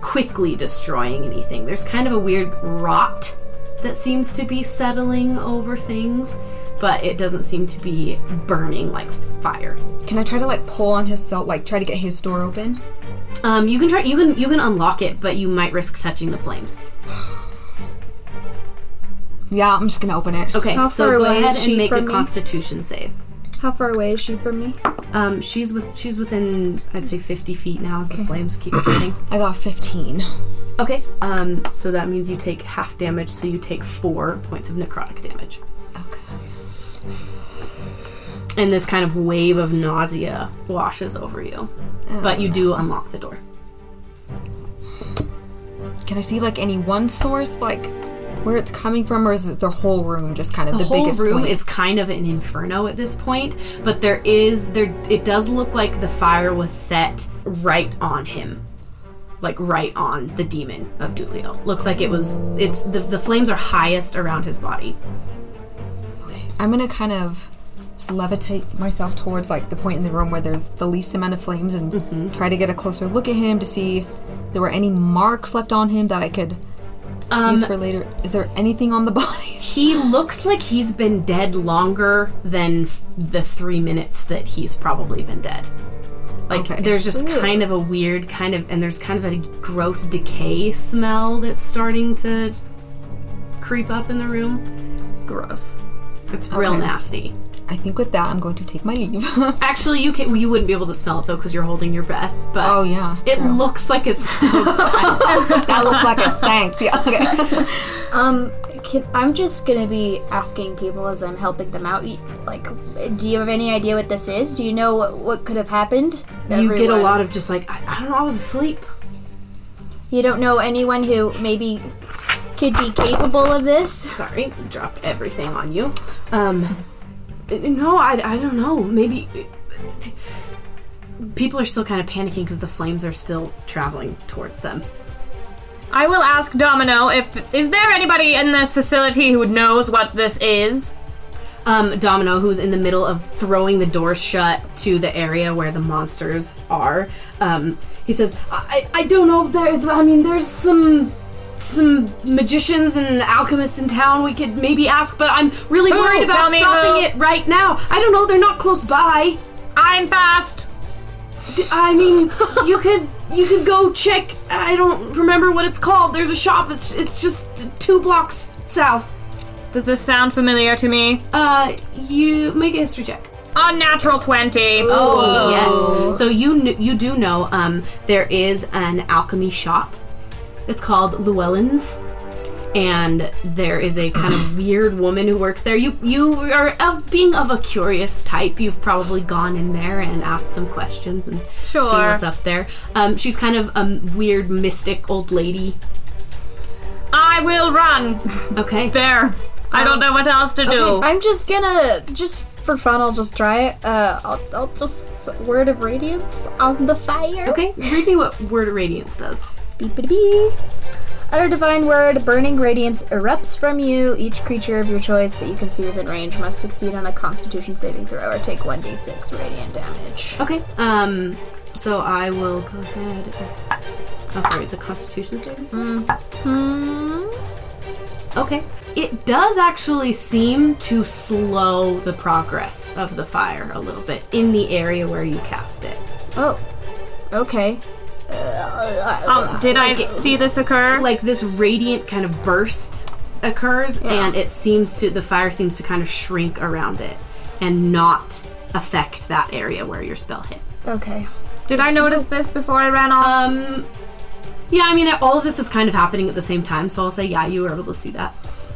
A: quickly destroying anything. There's kind of a weird rot that seems to be settling over things, but it doesn't seem to be burning like fire.
E: Can I try to like pull on his cell, like try to get his door open?
A: Um, you can try. You can you can unlock it, but you might risk touching the flames.
E: Yeah, I'm just gonna open it.
A: Okay,
B: How
A: so
B: far
A: go
B: away is
A: ahead
B: she
A: and make a
B: from me?
A: Constitution save.
B: How far away is she from me?
A: Um, she's with she's within I'd say 50 feet now as the flames keep spreading.
E: I got 15.
A: Okay. Um, so that means you take half damage, so you take four points of necrotic damage.
E: Okay.
A: And this kind of wave of nausea washes over you. But you do unlock the door.
E: Can I see like any one source, like where it's coming from, or is it the whole room just kind of
A: The,
E: the,
A: whole
E: biggest
A: room
E: point?
A: is kind of an inferno at this point, but there is there it does look like the fire was set right on him. Like right on the demon of Dulio. Looks like it was it's the, the flames are highest around his body.
E: I'm gonna kind of just levitate myself towards like the point in the room where there's the least amount of flames and
A: Mm-hmm.
E: try to get a closer look at him to see if there were any marks left on him that I could
A: Um,
E: use for later. Is there anything on the body?
A: He looks like he's been dead longer than f- the three minutes that he's probably been dead. Like,
E: Okay.
A: there's just kind of a weird kind of, and there's kind of a gross decay smell that's starting to creep up in the room. Gross. It's real
E: Okay.
A: nasty.
E: I think with that, I'm going to take my leave.
A: Actually, you can. You wouldn't be able to smell it though because you're holding your breath. But
E: oh yeah,
A: it
E: true.
A: looks like it smells.
E: that looks like a stank. Yeah. Okay.
B: Um, can, I'm just gonna be asking people as I'm helping them out. y- Like, do you have any idea what this is? Do you know what, what could have happened?
A: you get a lot of just like I, I don't know. I was asleep.
B: You don't know anyone who maybe could be capable of this.
A: Sorry, drop everything on you. Um, uh, no, I, I don't know. Maybe people are still kind of panicking because the flames are still traveling towards them.
F: I will ask Domino if is there anybody in this facility who knows what this is?
A: um, Domino, who's in the middle of throwing the door shut to the area where the monsters are. Um, he says, I, I I don't know. There, I mean, there's some some magicians and alchemists in town we could maybe ask, but I'm really
F: Who?
A: worried
F: Tell
A: about
F: me
A: stopping
F: who.
A: it right now. I don't know. They're not close by.
F: I'm fast.
A: D- I mean, you could you could go check. I don't remember what it's called. There's a shop. It's it's just two blocks south.
F: Does this sound familiar to me?
A: Uh, you make a history check.
F: Unnatural 20.
A: Oh yes. So you kn- you do know um, there is an alchemy shop. It's called Llewellyn's, and there is a kind of weird woman who works there. You you are of being of a curious type. You've probably gone in there and asked some questions and
F: Sure.
A: seen what's up there. Um, she's kind of a weird mystic old lady.
F: I will run.
A: Okay.
F: There. I don't know what else to
A: Oh.
F: do.
B: I'm just gonna, just for fun, I'll just try it. Uh, I'll, I'll just word of radiance on the fire.
A: Okay. Read me what word radiance does.
B: Beep beep beep. Utter divine word, burning radiance erupts from you. Each creature of your choice that you can see within range must succeed on a constitution saving throw or take 1d6 radiant damage.
A: Okay. Um. So I will go ahead. Oh, sorry. It's a Constitution saving. throw? Okay. It does actually seem to slow the progress of the fire a little bit in the area where you cast it.
B: Oh, okay.
F: Oh, did I see this occur?
A: Like this radiant kind of burst occurs, and it seems to the fire seems to kind of shrink around it and not affect that area where your spell hit.
B: Okay.
F: Did I notice this before I ran off?
A: Um. Yeah, I mean, all of this is kind of happening at the same time, so I'll say, yeah, you were able to see that.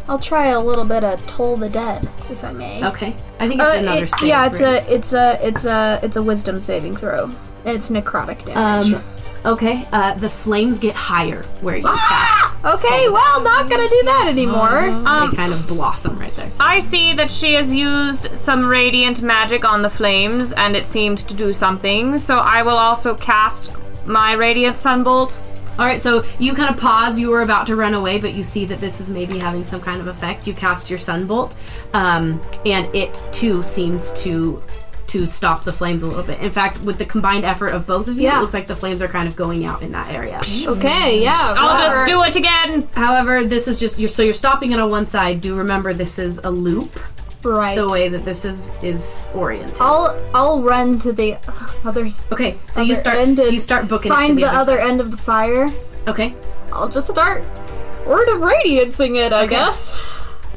B: I'll try a little bit of Toll the Dead, if I may.
A: Okay. I think it's
B: Uh,
A: another
B: it-
A: save.
B: yeah, it's
A: right?
B: a it's a it's a it's a wisdom saving throw. And it's necrotic damage.
A: Um, okay. Uh, the flames get higher where you
B: Ah!
A: cast.
B: okay, well, not gonna do that anymore.
A: they kind of blossom right there.
B: ah!
F: I see that she has used some radiant magic on the flames and it seemed to do something, so I will also cast my radiant sunbolt.
A: All right. So you kind of pause. You were about to run away, but you see that this is maybe having some kind of effect. You cast your sunbolt, um, and it too seems to to stop the flames a little bit. In fact, with the combined effort of both of you,
B: Yeah.
A: it looks like the flames are kind of going out in that area.
B: okay, yeah.
F: I'll
B: whatever.
F: just do it again.
A: However, this is just you're so you're stopping it on one side. Do remember this is a loop.
B: right.
A: The way that this is is oriented.
B: I'll I'll run to the others.
A: Okay, so you
B: Other
A: start
B: end and
A: you start booking it to
B: Find
A: the,
B: the other end of the fire.
A: side. Okay.
B: I'll just start word of radiancing it, I guess.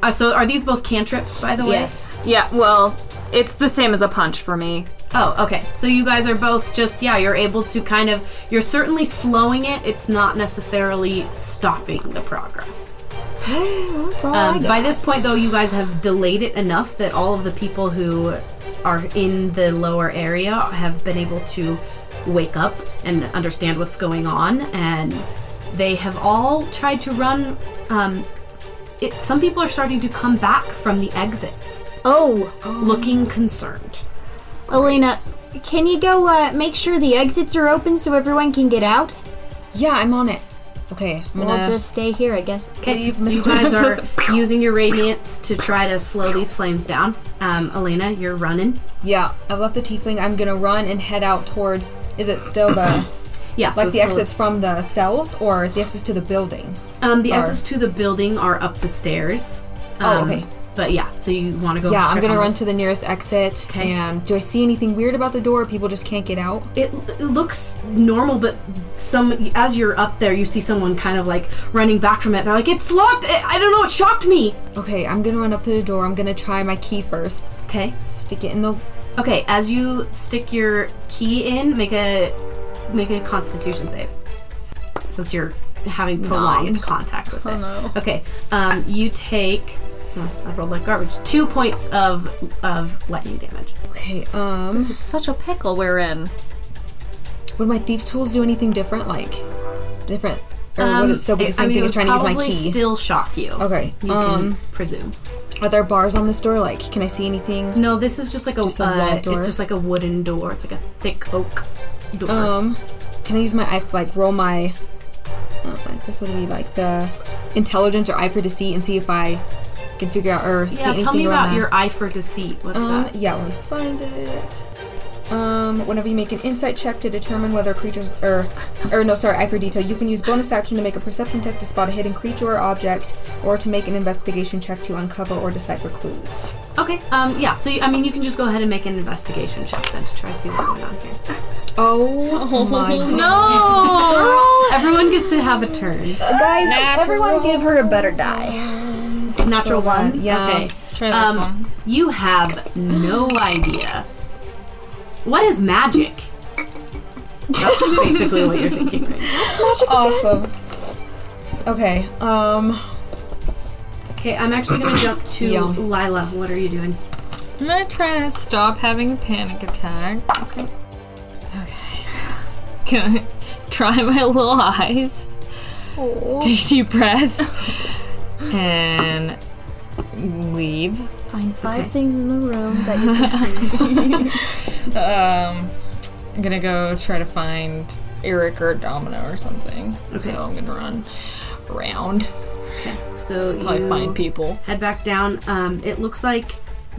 A: Uh, so are these both cantrips, by the way?
B: Yes.
F: Yeah, well, it's the same as a punch for me.
A: Oh, okay. So you guys are both just yeah. You're able to kind of you're certainly slowing it. It's not necessarily stopping the progress. Um, by this point, though, you guys have delayed it enough that all of the people who are in the lower area have been able to wake up and understand what's going on, and they have all tried to run. Um, it, some people are starting to come back from the exits,
B: Oh,
A: looking concerned.
B: Elena, can you go uh, make sure the exits are open so everyone can get out?
E: Yeah, I'm on it. Okay, I'm gonna.
B: We'll just stay here, I guess.
A: Okay,
E: Leave
A: so you
E: Mr.
A: guys are using your radiance to try to slow these flames down. Um, Elena, you're running.
E: Yeah, I left the tiefling. I'm gonna run and head out towards. Is it still the
A: Yeah, so
E: like the
A: slow-
E: exits from the cells or the exits to the building?
A: Um, the
E: Or-
A: exits to the building are up the stairs.
E: Oh,
A: Um,
E: okay.
A: But yeah, so you want to go?
E: Yeah, I'm
A: check
E: gonna
A: on
E: run
A: this.
E: to the nearest exit.
A: 'Kay.
E: And do I see anything weird about the door? People just can't get out.
A: It, it looks normal, but some as you're up there, you see someone kind of like running back from it. They're like, "It's locked! I, I don't know. It shocked me."
E: Okay, I'm gonna run up to the door. I'm gonna try my key first.
A: Okay.
E: Stick it in the.
A: Okay. As you stick your key in, make a make a Constitution save, since you're having prolonged contact
E: Oh,
A: with it. Okay. Um, you take. oh, I rolled like garbage. Two points of of lightning damage.
E: Okay, um.
F: This is such a pickle we're in.
E: Would my thieves' tools do anything different? Like different, or would it still be the
A: it-
E: same
A: Um, I mean,
E: thing
A: it
E: as
A: would
E: trying to use my
A: probably
E: key?
A: Still shock you.
E: okay.
A: You
E: Um,
A: can presume.
E: are there bars on this door? Like, can I see anything?
A: No, this is just like a,
E: a
A: uh,
E: wall door?
A: it's just like a wooden door. It's like a thick oak door.
E: Um, can I use my I like roll my? Uh, I guess what would be like the intelligence or eye for deceit and see if I can figure out or see
A: yeah,
E: anything
A: tell me
E: around
A: about
E: that.
A: your eye for deceit. What's
E: Um,
A: that?
E: yeah, let me find it. Um, whenever you make an insight check to determine whether creatures or or no, sorry, I for detail, you can use bonus action to make a perception check to spot a hidden creature or object, or to make an investigation check to uncover or decipher clues.
A: Okay. Um. Yeah. So you, I mean, you can just go ahead and make an investigation check then to try to see what's going on here.
E: Oh, my god.
A: Everyone gets to have a turn.
B: Guys, everyone give her a better die.
A: Natural
E: bad.
A: one.
E: Yeah.
A: Okay.
D: Try this
A: Um, You have no idea. What is magic? That's basically what you're thinking right now.
E: Awesome. Okay. Um
A: Okay, I'm actually gonna jump to
E: Yeah.
A: Lila. What are you doing?
D: one. I'm gonna try to stop having a panic attack. Okay. Okay. Can I try my little eyes? Take a deep breath. and leave.
B: Find five things in the room that you can see.
D: Um, I'm gonna go try to find Eric or Domino or something. So I'm gonna run around,
A: So
D: probably
A: you
D: find people.
A: head back down. Um, it looks like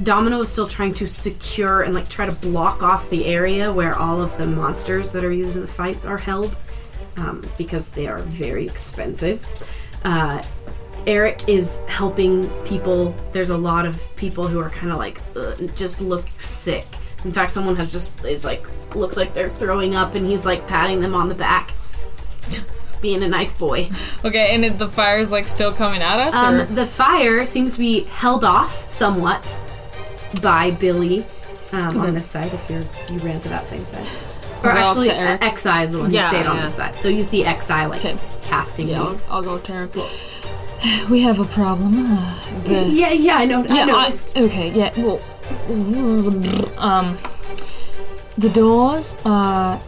A: Domino is still trying to secure and like try to block off the area where all of the monsters that are used in the fights are held um, because they are very expensive. Uh, Eric is helping people. There's a lot of people who are kind of like "Ugh," just look sick. In fact, someone has just is like looks like they're throwing up, and he's like patting them on the back, being a nice boy.
D: Okay, and it, the fire's like still coming at us. or?
A: Um, the fire seems to be held off somewhat by Billy um, on this side. If you're you ran to that same side, or
D: Well,
A: actually,
D: to Eric.
A: Xi is the one who
C: Yeah,
A: stayed on
C: yeah.
A: this side. So you see Xi like
D: Okay.
A: casting
D: Yeah, I'll,
A: these.
D: I'll go terrible. We have a problem. Uh, the-
A: Yeah, yeah, I know. I
D: Yeah, I-
A: noticed.
D: okay, yeah, well, um, the doors are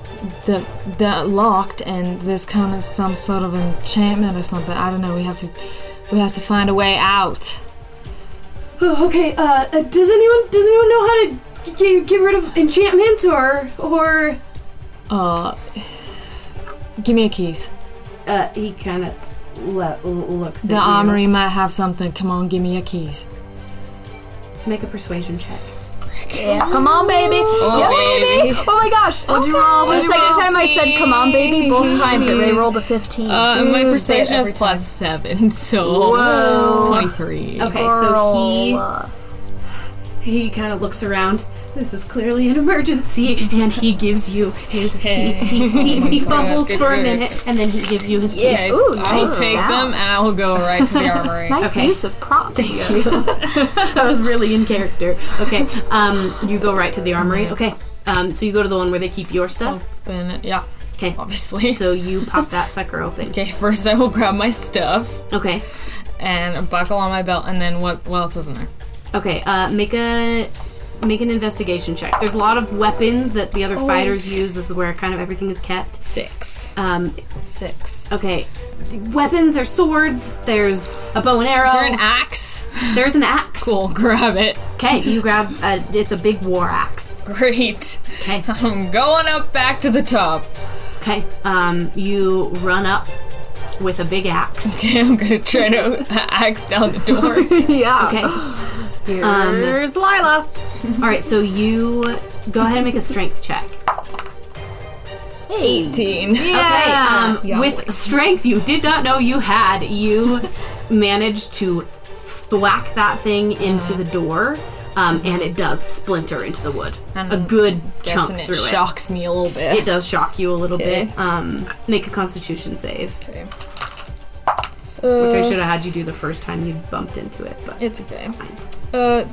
D: the they're locked, and this kind of some sort of enchantment or something. I don't know. We have to we have to find a way out.
A: Oh, okay. Uh, uh, does anyone does anyone know how to g- get rid of enchantments or or?
D: Uh, give me your keys.
A: Uh, he kind of le- l- looks.
D: The
A: at you.
D: armory might have something. Come on, give me your keys.
A: Make a persuasion check.
B: Come on, baby. yeah, baby. Oh my gosh. What'd you roll? The second time I said, come on, baby, both times it they rolled a 15.
D: Uh, my
E: persuasion is every
D: plus seven, so twenty-three.
A: Okay, so he He kind of looks around. This is clearly an emergency, and he gives you his. He, he, he, he fumbles
D: Oh Good
A: for a
D: work.
A: minute, and then he gives you his keys.
B: Ooh,
D: I'll
B: nice.
D: take them and I'll go right to the armory.
B: Nice
A: Okay.
B: use of props.
A: That was really in character. Okay, um, you go right to the armory.
D: Mm-hmm.
A: Okay, um, so you go to the one where they keep your stuff.
D: Open, yeah,
A: Okay,
D: Oh, obviously.
A: so you pop that sucker open.
D: Okay, first I will grab my stuff
A: Okay,
D: and buckle on my belt, and then what? What else is in there?
A: okay. Uh, make a make an investigation check. There's a lot of weapons that the
D: Oh.
A: other fighters use. This is where kind of everything is kept.
D: Six.
A: Um,
D: Six.
A: okay, weapons. There's swords. There's a bow and arrow.
D: Is there an axe?
A: There's an axe.
D: Cool. Grab it.
A: Okay, you grab. A, it's a big war axe.
D: Great.
A: Okay.
D: I'm going up back to the top.
A: Okay. Um, you run up with a big axe.
D: Okay, I'm gonna try to axe down the door.
B: yeah.
A: Okay. Um,
F: Here's Lila.
A: all right. So you go ahead and make a strength check.
D: Eighteen.
A: Okay. Um, with strength you did not know you had, you managed to thwack that thing into the door, um, and it does splinter into the wood. a good chunk
D: Guessing it
A: through it.
D: shocks me a little bit.
A: It does shock you a little
D: Okay.
A: bit. Um, make a Constitution save,
D: Okay.
A: which I
D: Uh,
A: should have had you do the first time you bumped into it. But
D: it's okay.
A: fine.
D: Uh,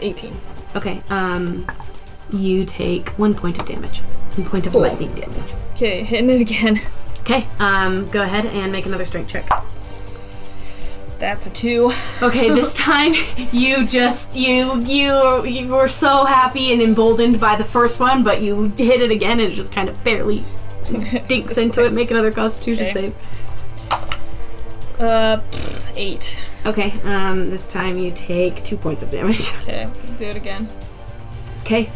D: 18.
A: okay, um, you take one point of damage, one point of lightning damage.
D: Okay, hitting it again.
A: Okay, um, go ahead and make another strength check.
D: That's a two.
A: Okay, this time you just you you you were so happy and emboldened by the first one, but you hit it again and it just kind of barely dinks into it. Make another Constitution
D: Okay.
A: save.
D: Uh, pff, eight.
A: Okay, um, this time you take two points of damage.
D: Okay, do it again.
A: Okay,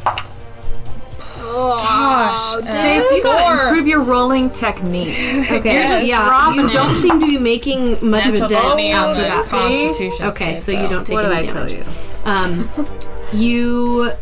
D: Gosh,
C: Stace, you gotta improve your rolling technique.
A: okay,
C: You're just
A: yeah.
C: dropping
A: You
C: it.
A: don't seem to be making much of a dent out of that.
D: Constitution.
A: Okay,
D: save,
A: so you
D: though.
A: don't take
C: what did
A: any
C: I
A: damage.
C: tell you?
A: Um, you,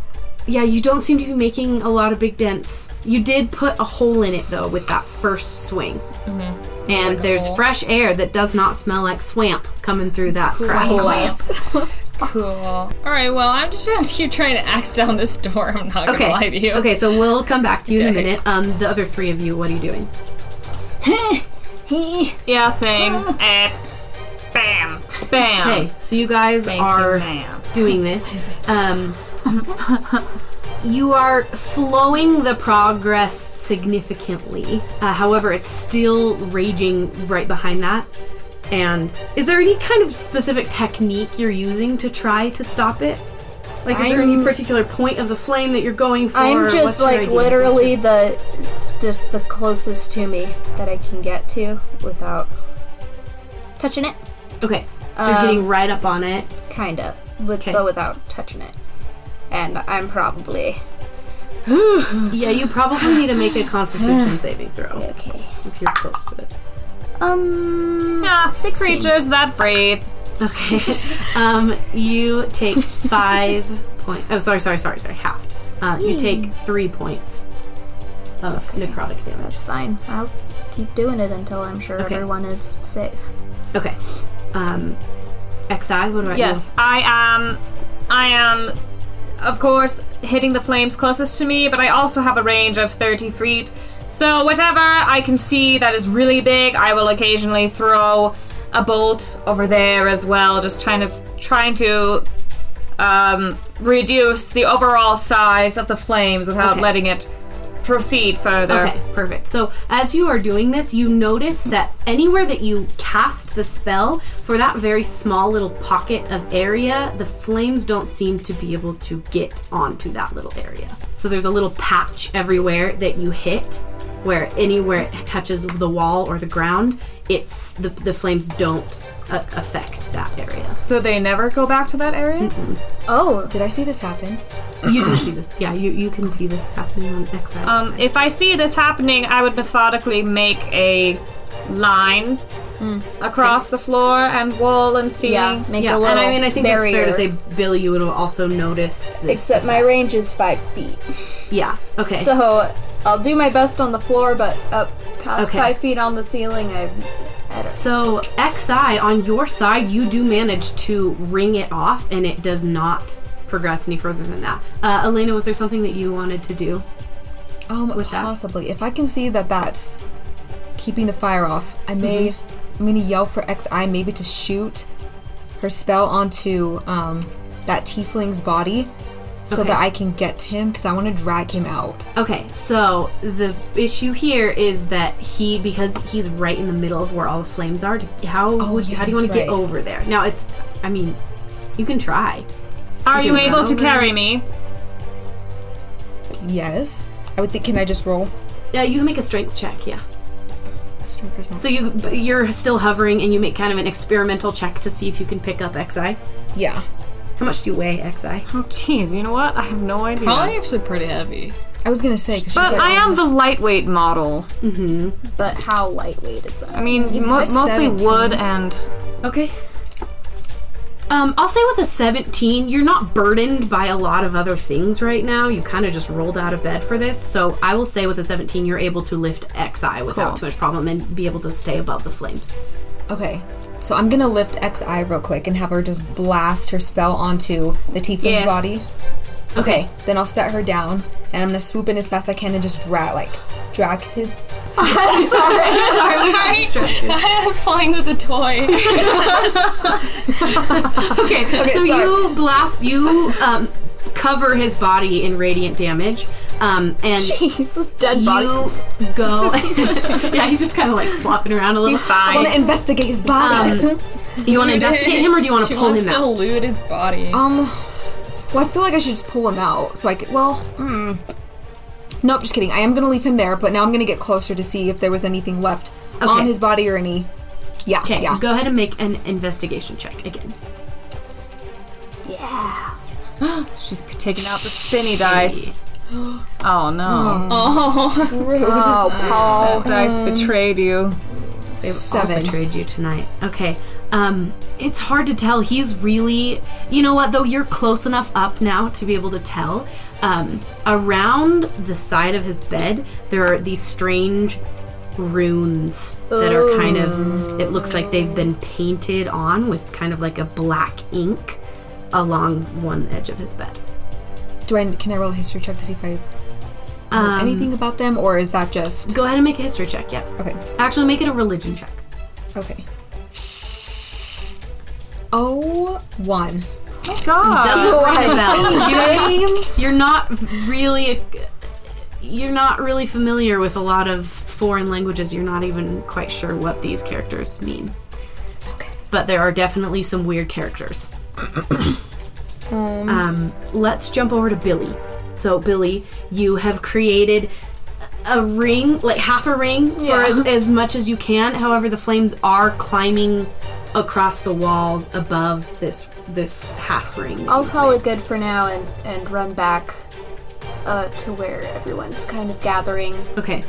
A: yeah, you don't seem to be making a lot of big dents. You did put a hole in it though with that first swing,
F: Mm-hmm.
A: and there's fresh air that does not smell like swamp coming through that crack.
D: Cool. All right. Well, I'm just gonna keep trying to axe down this door. I'm not
A: Okay,
D: gonna lie to you.
A: okay, so we'll come back to you in a
D: Okay.
A: minute. Um, the other three of you, what are you doing?
F: Yeah, same. Eh. Bam. Bam.
A: Okay, so you guys
F: Thank
A: are.
F: you, ma'am.
A: doing this. Um, you are slowing the progress significantly. Uh, however, it's still raging right behind that. And is there any kind of specific technique you're using to try to stop it? Like, is there any
B: I'm-
A: particular point of the flame that you're going for?
B: I'm
A: What's
B: just
A: your
B: like
A: idea?
B: literally the just the closest to me that I can get to without touching it.
A: Okay, so you're
B: Um,
A: getting right up on it.
B: Kinda. With,
A: Okay.
B: but without touching it. And I'm probably
A: Yeah, you probably need to make a Constitution saving throw
B: okay.
A: if you're close to it.
B: Um
A: Ah,
F: Yeah,
B: 16.
F: creatures that breathe.
A: Okay. um, you take five point. Oh, sorry, sorry, sorry, sorry. Halved. Uh, you take three points of necrotic damage.
B: That's fine. I'll keep doing it until I'm sure
A: Okay.
B: everyone is safe.
A: Okay. Um, Xi, what about
F: Yes, I am. I am, of course, hitting the flames closest to me, but I also have a range of 30 feet. So, whatever I can see that is really big, I will occasionally throw a bolt over there as well, just kind of trying to um, reduce the overall size of the flames without
A: Okay.
F: letting it proceed
A: you?
F: further.
A: Okay, perfect. So as you are doing this, you notice that anywhere that you cast the spell, for that very small little pocket of area, the flames don't seem to be able to get onto that little area. So there's a little patch everywhere that you hit. where anywhere it touches the wall or the ground, it's the, the flames don't uh, affect that area.
F: So they never go back to that area?
B: Oh,
E: Did I see this happen?
A: You can see this. Yeah, you, you can see this happening on X's.
F: Um, if I see this happening, I would methodically make a line Hmm. across the floor and wall and ceiling.
B: yeah. Make
A: yeah,
B: a little
A: and I mean, I think it's
B: barrier.
A: fair to say, Billy, you would have also noticed this.
B: Except my range is five feet.
A: yeah, okay.
B: So I'll do my best on the floor, but up past
A: Okay.
B: five feet on the ceiling, I.
A: So, XI, on your side, you do manage to ring it off, and it does not progress any further than that. Uh, Elena, was there something that you wanted to do?
E: Um,
A: With that?
E: possibly. If I can see that that's keeping the fire off, I may. I'm gonna yell for Xi maybe to shoot her spell onto um, that tiefling's body, so
A: Okay.
E: that I can get to him because I want to drag him out.
A: Okay, so the issue here is that he because he's right in the middle of where all the flames are. do- How would
E: yeah,
A: how do you want to
E: that's
A: get
E: right.
A: over there? Now it's, I mean, you can try.
F: Are you
A: can
F: able
A: run
F: to
A: over.
F: carry me?
E: Yes. I would think. Can I just roll?
A: Yeah, you can make a strength check. Yeah.
E: Strength is not.
A: So you but you're still hovering, and you make kind of an experimental check to see if you can pick up Xi.
E: Yeah.
A: How much do you weigh, Xi?
F: Oh, jeez, you know what? I have no idea.
D: Probably actually pretty heavy.
E: I was gonna say. 'cause she's
F: But
E: like,
F: I am the lightweight model.
B: But how lightweight is that?
F: I mean, mo-
E: a
F: mostly
E: 17.
F: wood and.
A: Okay. Um, I'll say with a 17, you're not burdened by a lot of other things right now. You kind of just rolled out of bed for this. So I will say with a 17, you're able to lift XI without
F: Cool.
A: too much problem and be able to stay above the flames.
E: Okay. So I'm gonna lift XI real quick and have her just blast her spell onto the Tiefling's
F: Yes.
E: body. Okay, then I'll set her down and I'm gonna swoop in as fast as I can and just drag like drag his
D: was playing with the toy.
A: Okay, so
E: sorry.
A: you blast, you um, cover his body in radiant damage, um, and
B: Jeez, this dead body.
A: you go. yeah, he's just kind of like flopping around a little. He's
E: I wanna investigate his body. Um,
A: You want to investigate him, or do you want to pull him out?
D: loot his body.
E: Um, well I feel like I should just pull him out so I could well hmm. Nope, just kidding. I am gonna leave him there, but now I'm gonna get closer to see if there was anything left
A: Okay.
E: on his body or any yeah,
A: Okay,
E: yeah.
A: go ahead and make an investigation check again.
C: She's taking out the spinny dice. Oh no.
D: oh,
B: Oh, Paul.
C: That dice betrayed you.
E: Seven.
A: betrayed you tonight. Okay. Um, it's hard to tell. He's really, you know what? Though you're close enough up now to be able to tell. Um, around the side of his bed, there are these strange runes that are kind of. It looks like they've been painted on with kind of like a black ink along one edge of his bed.
E: Do I can I roll a history check to see if I know anything about them or is that just
A: Go ahead and make a history check. Yeah.
E: Okay.
A: Actually, make it a religion check.
E: Okay. Oh one.
A: Doesn't ring a bell. You- You're not really, you're not really familiar with a lot of foreign languages. You're not even quite sure what these characters mean.
E: Okay.
A: But there are definitely some weird characters. um, let's jump over to Billy. So Billy, you have created a ring, like half a ring, for as, as much as you can. However, the flames are climbing across the walls above this this half ring. that
B: I'll
A: you
B: call it good for now and, and run back uh, to where everyone's kind of gathering.
A: Okay.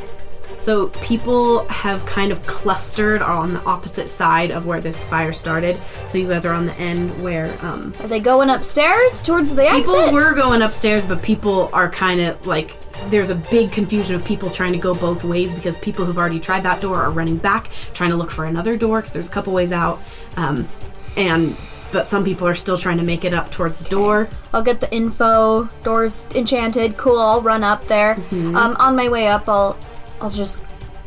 A: So people have kind of clustered on the opposite side of where this fire started. So you guys are on the end where um,
B: Are they going upstairs towards the
A: people
B: exit?
A: were going upstairs, but people are kind of like there's a big confusion of people trying to go both ways because people who've already tried that door are running back, trying to look for another door because there's a couple ways out. Um, and but some people are still trying to make it up towards the door.
B: I'll get the info. Doors enchanted. Cool. I'll run up there. Um, on my way up, I'll I'll just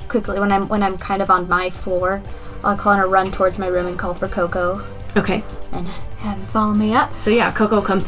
B: quickly when I'm when I'm kind of on my floor, I'll call and a run towards my room and call for Coco
A: Okay.
B: and have him follow me up.
A: So yeah, Coco comes.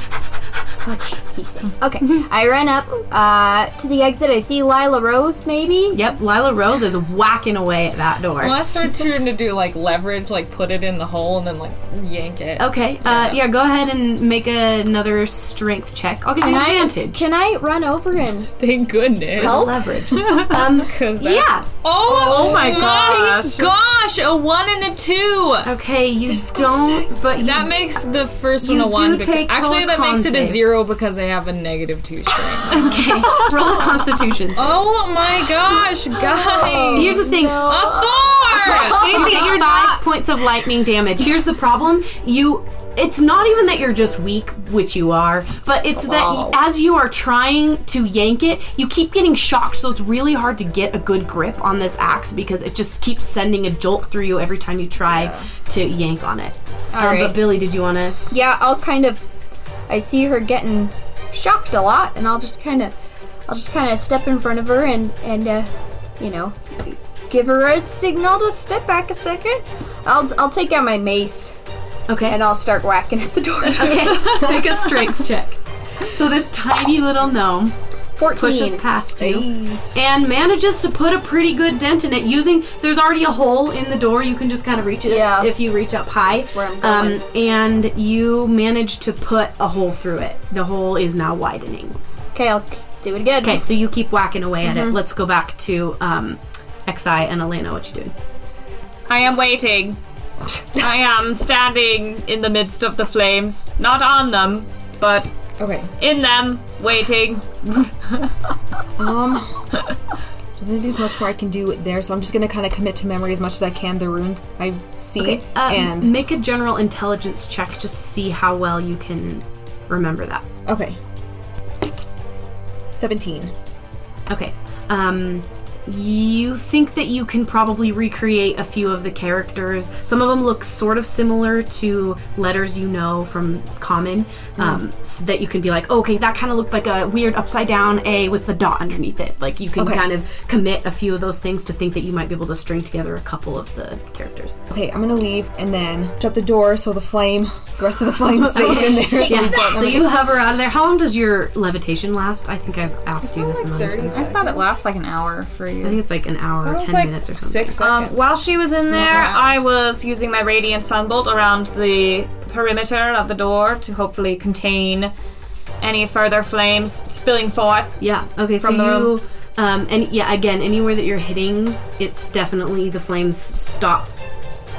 B: Okay, he's safe. Okay, I run up uh, to the exit. I see Lila Rose, maybe.
A: Yep, Lila Rose is whacking away at that door.
D: well, I started trying to do like leverage, like put it in the hole and then like yank it. Oh,
A: Okay. Uh, yeah. Go ahead and make another strength check. I'll give you an
B: I-
A: advantage.
B: Can I run over and
D: Thank goodness.
B: help?
A: Leverage.
B: Um,
D: Cause that-
B: yeah.
D: Oh,
C: my
D: gosh! Gosh, a one and a two.
A: Okay. You don't. But you,
D: That makes the first one
A: You
D: a one.
A: do
D: becau-
A: take
D: actually, that makes it a
A: Colin-con
D: zero because I have a negative two strength.
A: roll a Constitution.
D: oh my gosh, guys!
A: Here's the thing.
D: a four.
A: You take five points of lightning damage. Here's the problem. You. It's not even that you're just weak, which you are, but it's that y- as you are trying to yank it, you keep getting shocked. So it's really hard to get a good grip on this axe because it just keeps sending a jolt through you every time you try to yank on it. Um,
B: right.
A: But Billy, did you want to?
B: yeah, I'll kind of. I see her getting shocked a lot, and I'll just kind of, I'll just kind of step in front of her and and uh, you know, give her a signal to step back a second. I'll I'll take out my mace
A: Okay.
B: and I'll start whacking at the door.
A: Okay, make a strength check. So this tiny little gnome pushes
B: Fourteen.
A: past you and manages to put a pretty good dent in it. Using there's already a hole in the door, you can just kind of reach it
B: Yeah.
A: if you reach up high.
B: That's where I'm going.
A: Um, and you manage to put a hole through it. The hole is now widening.
B: Okay, I'll do it again.
A: Okay, so you keep whacking away
B: Mm-hmm.
A: at it. Let's go back to um, Xi and Elena. What you doing?
F: I am waiting. I am standing in the midst of the flames, not on them, but
E: Okay.
F: in them, waiting.
E: Um I don't think there's much more I can do there, so I'm just gonna kinda commit to memory as much as I can the runes I see.
A: Um,
E: and
A: make a general intelligence check just to see how well you can remember that.
E: okay. Seventeen.
A: Okay. Um, You think that you can probably recreate a few of the characters. Some of them look sort of similar to letters you know from common, um, so that you can be like, okay, that kind of looked like a weird upside down A with the dot underneath it. Like you can
E: Okay.
A: kind of commit a few of those things to think that you might be able to string together a couple of the characters.
E: Okay, I'm gonna leave and then shut the door so the flame, the rest of the flame stays in there. So we don't
A: So
E: really-
A: you hover out of there. How long does your levitation last? I think I've asked you this in another time.
F: I thought it lasts like an hour for you.
A: I think it's like an hour or ten minutes or something.
G: Six
F: Um,
G: seconds.
F: while she was in there, I was using my radiant sunbolt around the perimeter of the door to hopefully contain any further flames spilling forth.
A: Yeah. Okay.
F: From
A: so
F: the
A: you, um, and yeah, again, anywhere that you're hitting, it's definitely the flames stop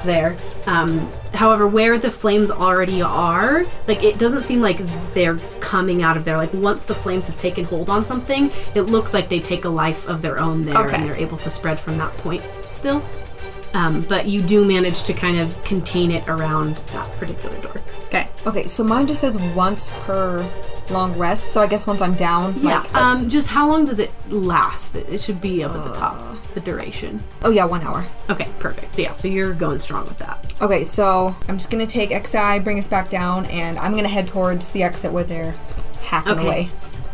A: there. Um, however, where the flames already are, like it doesn't seem like they're coming out of there. Like once the flames have taken hold on something, it looks like they take a life of their own there,
F: Okay.
A: and they're able to spread from that point still. Um, but you do manage to kind of contain it around that particular door.
F: Okay.
E: Okay, so mine just says once per long rest. So I guess once I'm down,
A: Yeah.
E: like, that's-
A: Um, just how long does it last? It, it should be up at the
F: Uh.
A: top. The duration.
E: oh yeah, one hour.
A: Okay, perfect. So, yeah, so you're going strong with that.
E: Okay, so I'm just gonna take XI, bring us back down, and I'm gonna head towards the exit where they're hacking
A: Okay.
E: away.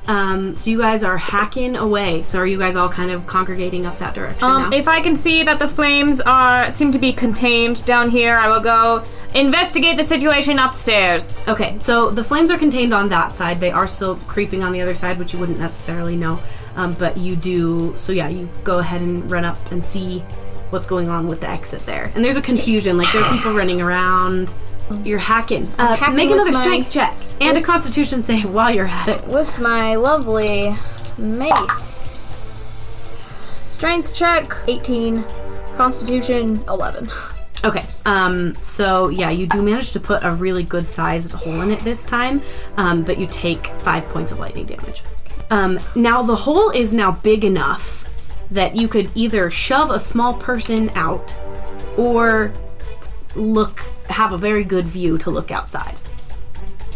A: Um, so you guys are hacking away. So are you guys all kind of congregating up that direction
F: Um,
A: now?
F: if I can see that the flames are seem to be contained down here, I will go investigate the situation upstairs.
A: okay, so the flames are contained on that side. They are still creeping on the other side, which you wouldn't necessarily know. Um, but you do. So yeah, you go ahead and run up and see what's going on with the exit there. And there's a confusion. Like there are people running around. You're hacking. Uh, make
B: with
A: another
B: my-
A: strength check and a Constitution save while you're at it.
B: With my lovely mace. Strength check 18. Constitution 11.
A: Okay. Um, so yeah, you do manage to put a really good sized hole in it this time, um, but you take five points of lightning damage. Um, now the hole is now big enough that you could either shove a small person out or look have a very good view to look outside.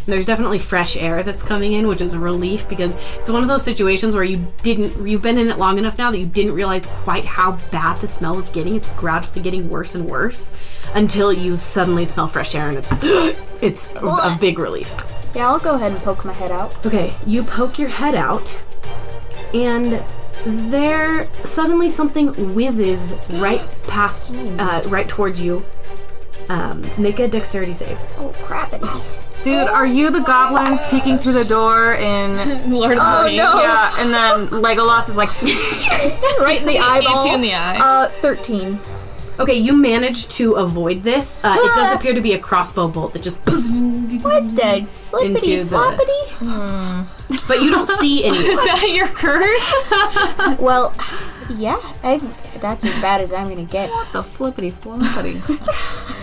A: There's definitely fresh air that's coming in, which is a relief because it's one of those situations where you didn't you've been in it long enough now that you didn't realize quite how bad the smell was getting. It's gradually getting worse and worse until you suddenly smell fresh air and it's it's a, a big relief.
B: Yeah, I'll go ahead and poke my head out.
A: Okay, you poke your head out and there suddenly something whizzes right past uh, right towards you. Um, make a dexterity save.
B: Oh, crap. It
C: Dude, are you the goblins peeking through the door in
D: Lord of the Rings.
C: Yeah, and then Legolas is like
B: right in the
D: It's
B: eyeball.
D: in the eye.
B: Uh, 13.
A: Okay, you managed to avoid this. Uh, it does appear to be a crossbow bolt that just.
B: What the flippity
A: Into the-
B: floppity?
A: But you don't see any.
D: Is that your curse?
B: Well, yeah, I, that's as bad as I'm gonna get.
C: the flippity floppity.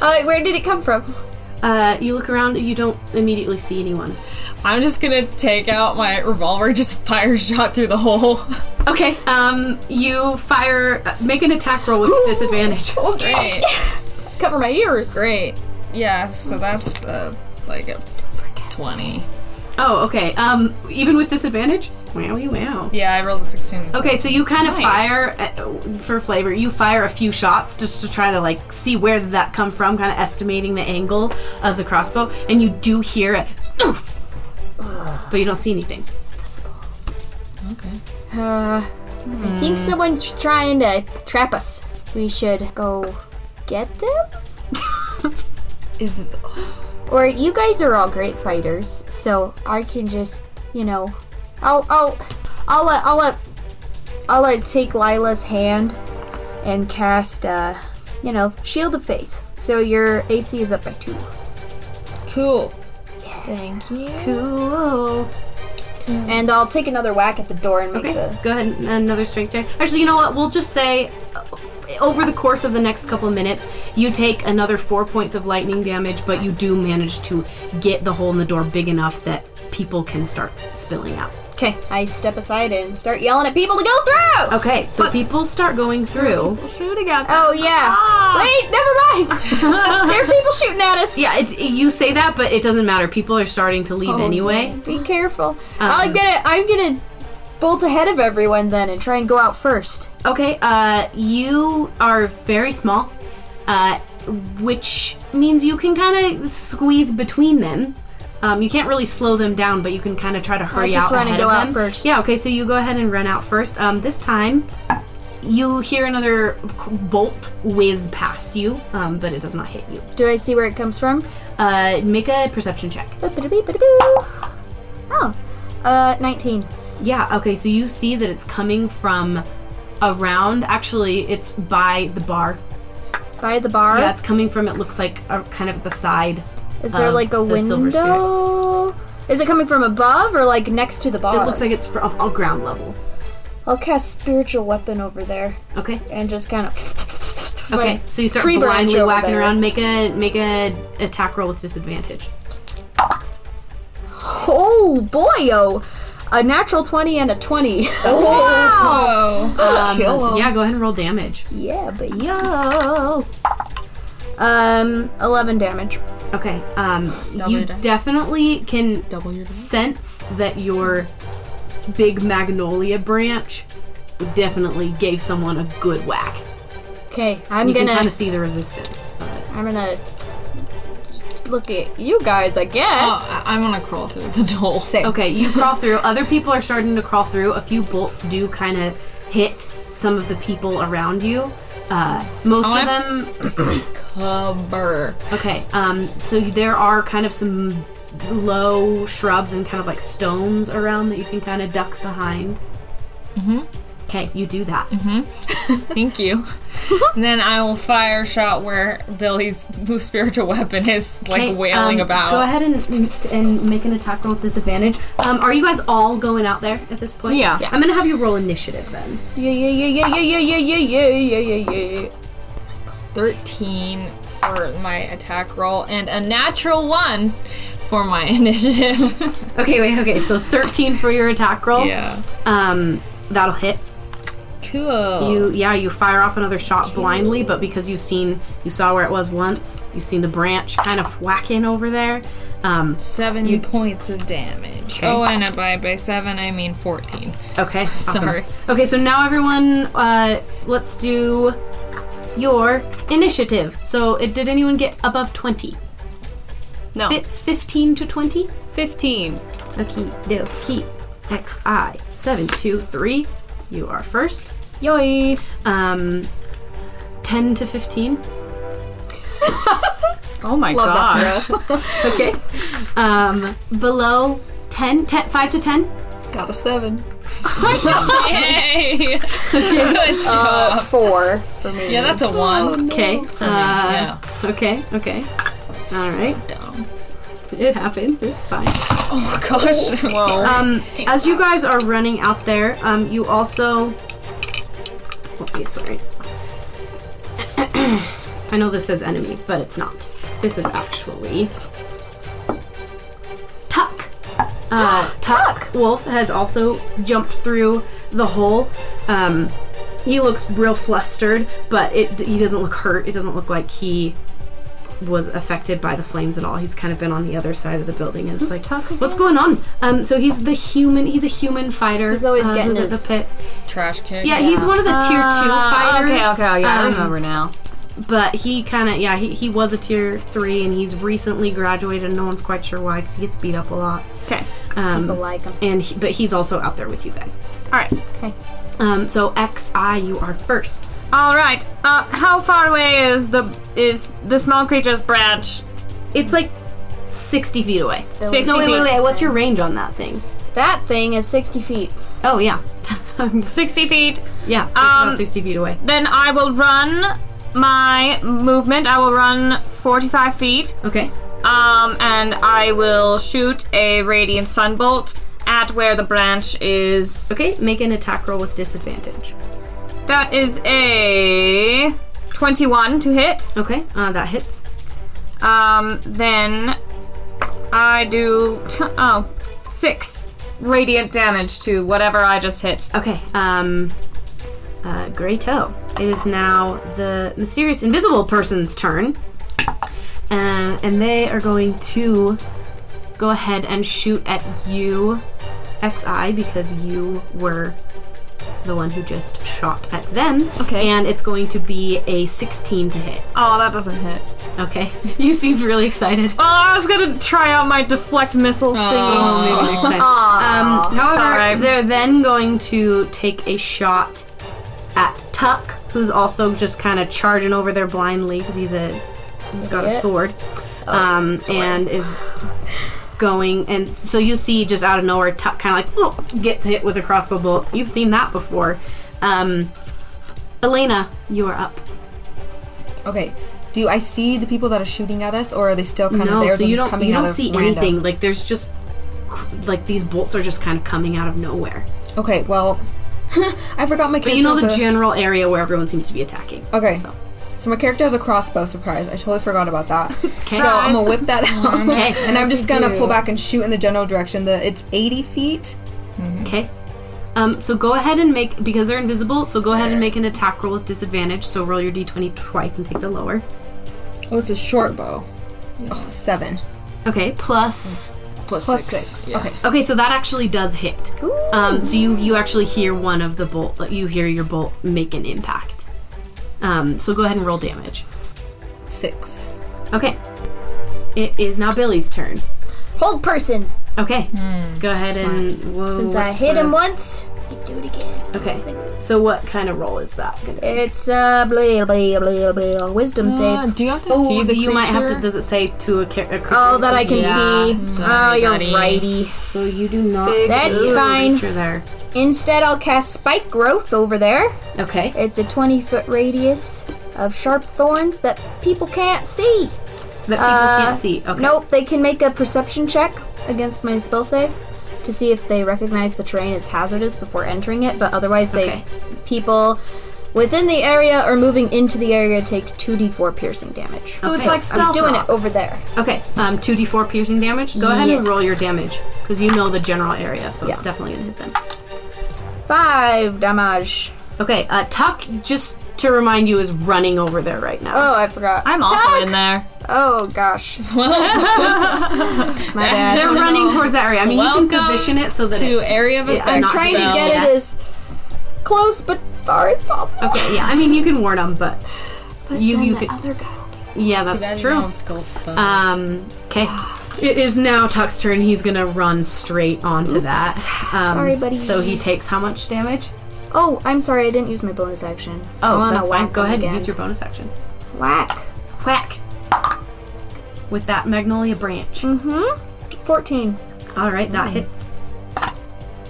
B: Uh, where did it come from?
A: Uh, you look around, you don't immediately see anyone.
D: I'm just gonna take out my revolver, just fire shot through the hole.
A: Okay, um, you fire. uh, Make an attack roll with disadvantage.
D: Great,
B: Cover my ears.
D: great. Yeah, so that's uh, like a 20.
A: Oh, okay. Um, even with disadvantage? Wowie wow.
D: Yeah, I rolled a 16. so-
A: Okay, so you kind of fire uh, for flavor. You fire a few shots just to try to like see where did that come from, kind of estimating the angle of the crossbow, and you do hear a, oof, but you don't see anything.
D: Okay.
B: Uh, I think someone's trying to trap us. We should go get them?
E: Is it,
B: Or you guys are all great fighters, so I can just, you know, I'll, I'll, I'll, uh, I'll, uh, I'll uh, take Lila's hand and cast, uh, you know, Shield of Faith. So your AC is up by two.
D: Cool. Thank you.
B: Cool. And I'll take another whack at the door and make
A: Okay,
B: the.
A: go ahead. and Another strength check. Actually, you know what? We'll just say uh, over the course of the next couple minutes, you take another four points of lightning damage, but you do manage to get the hole in the door big enough that people can start spilling out.
B: Okay, I step aside and start yelling at people to go through.
A: Okay, so people start going through.
B: Oh yeah. Wait, never mind. there are people shooting at us.
A: Ah. Yeah, it's you say that, but it doesn't matter. People are starting to leave anyway.
B: Be careful. I'm gonna I'm gonna bolt ahead of everyone then and try and go out first.
A: Okay, uh, you are very small, uh, which means you can kind of squeeze between them. Um, you can't really slow them down, but you can kind of try to hurry
B: just
A: out
B: wanna
A: ahead
B: go
A: of
B: out
A: them.
B: first.
A: Yeah. Okay. So you go ahead and run out first. Um, this time, you hear another c- bolt whiz past you, um, but it does not hit you.
B: Do I see where it comes from?
A: Uh, make a perception check.
B: Oh, uh, 19.
A: Yeah, okay, so you see that it's coming from around, actually, it's by the bar.
B: By the bar.
A: Yeah, it's coming from, it looks like, uh, kind of the side.
B: Is there
A: of
B: like a
A: um, the silver spirit.
B: window? Is it coming from above or like next to the bar?
A: It looks like it's fr- off- on ground level.
B: I'll cast spiritual weapon over there
A: Okay.
B: and just kind of.
A: Okay, so you start
B: tree branch
A: blindly
B: over
A: whacking
B: there.
A: around. Make a make a attack roll with disadvantage.
B: Oh boy, oh, a natural twenty and a twenty.
D: Oh,
A: Um,
E: Kill 'em.
A: Yeah, go ahead and roll damage.
B: yeah, but yo. Um, eleven damage.
A: Okay. Um, you
D: your dice.
A: definitely can
D: Double your dice.
A: sense that your big magnolia branch definitely gave someone a good whack.
B: Okay, I'm
A: You can
B: gonna.
A: kind of see the resistance.
B: I'm gonna look at you guys. I guess.
D: Oh, I- I'm gonna crawl through the door.
A: Okay, you crawl through. Other people are starting to crawl through. A few bolts do kind of hit some of the people around you. Uh, most of
D: wanna-
A: them
D: Uh, Cover.
A: Okay, um, so there are kind of some low shrubs and kind of like stones around that you can kind of duck behind. Mm-hmm. Okay, you do that.
D: Mm-hmm. Thank you. and then I will fire shot where Billy's spiritual weapon is like
A: Okay,
D: wailing
A: um,
D: about.
A: Go ahead and and make an attack roll with disadvantage. Um, are you guys all going out there at this point?
C: Yeah.
A: I'm gonna have you roll initiative then.
B: Yeah, yeah, yeah, yeah, yeah, yeah, yeah, yeah, yeah, yeah, yeah, yeah.
D: 13 for my attack roll and a natural one for my initiative.
A: Okay, wait. Okay, so 13 for your attack roll.
D: yeah.
A: Um, that'll hit.
D: Cool.
A: You yeah, you fire off another shot blindly, but because you've seen you saw where it was once, you've seen the branch kind of whacking over there. Um,
D: Seven points of damage. Oh, and by by seven, I mean fourteen.
A: okay, awesome.
D: Sorry.
A: Okay, so now everyone, uh, let's do your initiative. So, it, did anyone get above twenty?
C: No.
A: Fi Fifteen to twenty.
C: 15.
A: Okay, dokie. X I seven two three. You are first.
B: Yoy.
A: Um, ten to fifteen.
C: Oh my
E: Love that
C: gosh.
E: for us.
A: Okay. Um, below 10, 10 5 to 10.
E: Got a seven.
D: Yay! Good job.
B: Uh, four for me.
D: yeah, that's a one.
A: Okay. Uh,
D: yeah.
A: okay, okay. All right.
D: Dumb.
A: It happens. It's fine.
D: Oh gosh. Whoa.
A: Um, as you guys are running out there, um, you also. Let's see, sorry. I know this says enemy, but it's not. This is actually. Tuck! Uh, Tuck, Wolf has also jumped through the hole. Um, he looks real flustered, but it, he doesn't look hurt. It doesn't look like he was affected by the flames at all. He's kind of been on the other side of the building. And it's like, what's going on? Um, so he's the human. He's a human fighter.
B: He's always
A: uh,
B: getting
A: who's at
B: his-
A: the pits.
D: Trash kick.
A: Yeah, he's one of the tier two fighters.
C: Ah, Okay, okay, yeah, I
A: Um,
C: remember now.
A: But he kind of, yeah, he, he was a tier three, and he's recently graduated. and No one's quite sure why, because he gets beat up a lot.
C: Okay.
A: Um,
B: like 'em.
A: and he, but he's also out there with you guys.
C: All right.
A: Um, so XI, you are first.
F: All right. Uh, how far away is the is the small creature's branch?
A: It's like sixty feet away.
F: Sixty
A: No, wait, wait,
F: feet.
A: wait. What's your range on that thing?
B: That thing is 60 feet.
A: Oh yeah,
F: Sixty feet.
A: yeah. so it's about
F: Um,
A: sixty feet away.
F: Then I will run my movement. I will run forty-five feet.
A: Okay.
F: Um, and I will shoot a radiant sunbolt at where the branch is.
A: Okay, make an attack roll with disadvantage.
F: That is a twenty-one to hit.
A: Okay, uh, that hits.
F: Um, then I do oh six radiant damage to whatever I just hit.
A: Okay, um, uh, Grey Toe. It is now the mysterious invisible person's turn. Uh, and they are going to go ahead and shoot at you, XI because you were the one who just shot at them.
C: Okay.
A: And it's going to be a 16 to hit.
C: Oh, that doesn't hit.
A: Okay. you seemed really excited.
C: Oh, I was gonna try out my deflect missiles thingy.
A: Really excited. Um, however,
C: Sorry.
A: they're then going to take a shot at Tuck, who's also just kind of charging over there blindly because he's a he's got a sword,
E: Oh,
A: um, and is going and so you see just out of nowhere Tuck kind of like "Ooh," gets hit with a crossbow bolt. You've seen that before. Um, Elena, you are up.
E: Okay. Do I see the people that are shooting at us, or are they still kind of
A: no,
E: there?
A: so
E: they're
A: you
E: just
A: don't
E: coming
A: you
E: out
A: don't
E: of
A: see
E: random?
A: anything. Like there's just cr- like these bolts are just kind of coming out of nowhere.
E: Okay, well, I forgot my character.
A: But you know the
E: has a-
A: general area where everyone seems to be attacking.
E: Okay.
A: So.
E: So my character has a crossbow surprise. I totally forgot about that. so I'm gonna whip that out,
A: Okay.
E: and I'm just gonna pull back and shoot in the general direction. The it's 80 feet.
A: Okay. Um, so go ahead and make because they're invisible. So go ahead and make an attack roll with disadvantage. So roll your d20 twice and take the lower.
E: Oh, it's a short bow. Oh, seven.
A: Okay, plus.
E: Oh,
D: Plus, six.
E: Okay.
A: Okay, so that actually does hit. Um, so you you actually hear one of the bolt. like, You hear your bolt make an impact. Um, so go ahead and roll damage.
E: Six.
A: Okay. It is now Billy's turn.
B: Hold person.
A: Okay. Go ahead and whoa,
B: Hmm. Since I
A: what's
B: hit
A: the-
B: him once, you do it again.
A: Okay. So what kind of roll is that? Gonna be?
B: It's uh blah blah blah blah. Wisdom
D: Uh,
B: save.
D: do you have to
A: Oh,
D: see the
A: you might have to.
D: creature?
A: Does it say to a, char- a creature?
B: Oh, that I can
D: Yeah,
B: see.
D: sorry,
B: oh, you're
D: buddy.
B: righty.
A: So you do not.
B: That's
A: see the
B: fine.
A: creature There.
B: Instead, I'll cast Spike Growth over there.
A: Okay.
B: It's a 20 foot radius of sharp thorns that people can't see.
A: That people
B: Uh,
A: can't see. Okay.
B: Nope, they can make a perception check against my spell save to see if they recognize the terrain as hazardous before entering it, but otherwise, they
A: Okay.
B: people within the area or moving into the area take 2d4 piercing damage.
C: So it's
A: Okay.
C: like
B: I'm
C: stealth.
B: doing
C: rock.
B: it over there.
A: Okay. Um, two d four piercing damage. Go ahead and
B: Yes.
A: roll your damage because you know the general area, so it's
B: Yeah.
A: definitely gonna hit them.
B: Five damage.
A: Okay. Uh, Tuck, just to remind you, is running over there right now.
B: Oh, I forgot.
C: I'm also in there.
B: Oh gosh. My bad.
A: They're running towards that area. I mean, you can
D: Welcome
A: position it so that
D: To
A: it's,
D: area of
A: Yeah,
D: effect.
A: I'm
B: I'm trying to
D: spell.
B: get it as close but far as possible.
A: Okay. Yeah. I mean, you can warn them, but, you you can.
B: Other guy.
A: Yeah,
D: I don't
A: that's
D: know
A: true.
D: if sculpt spells.
A: Um. Okay. It is now Tuck's turn. He's gonna run straight onto that. Um,
B: Sorry, buddy.
A: So he takes how much damage?
B: Oh, I'm sorry. I didn't use my bonus action.
A: Oh,
B: I'm on
A: that's
B: a
A: fine.
B: whack
A: Go
B: one
A: ahead
B: again.
A: and use your bonus action.
B: whack.
A: Whack! With that magnolia branch.
B: Mm-hmm. Fourteen.
A: All right,
B: Mm.
A: that hits.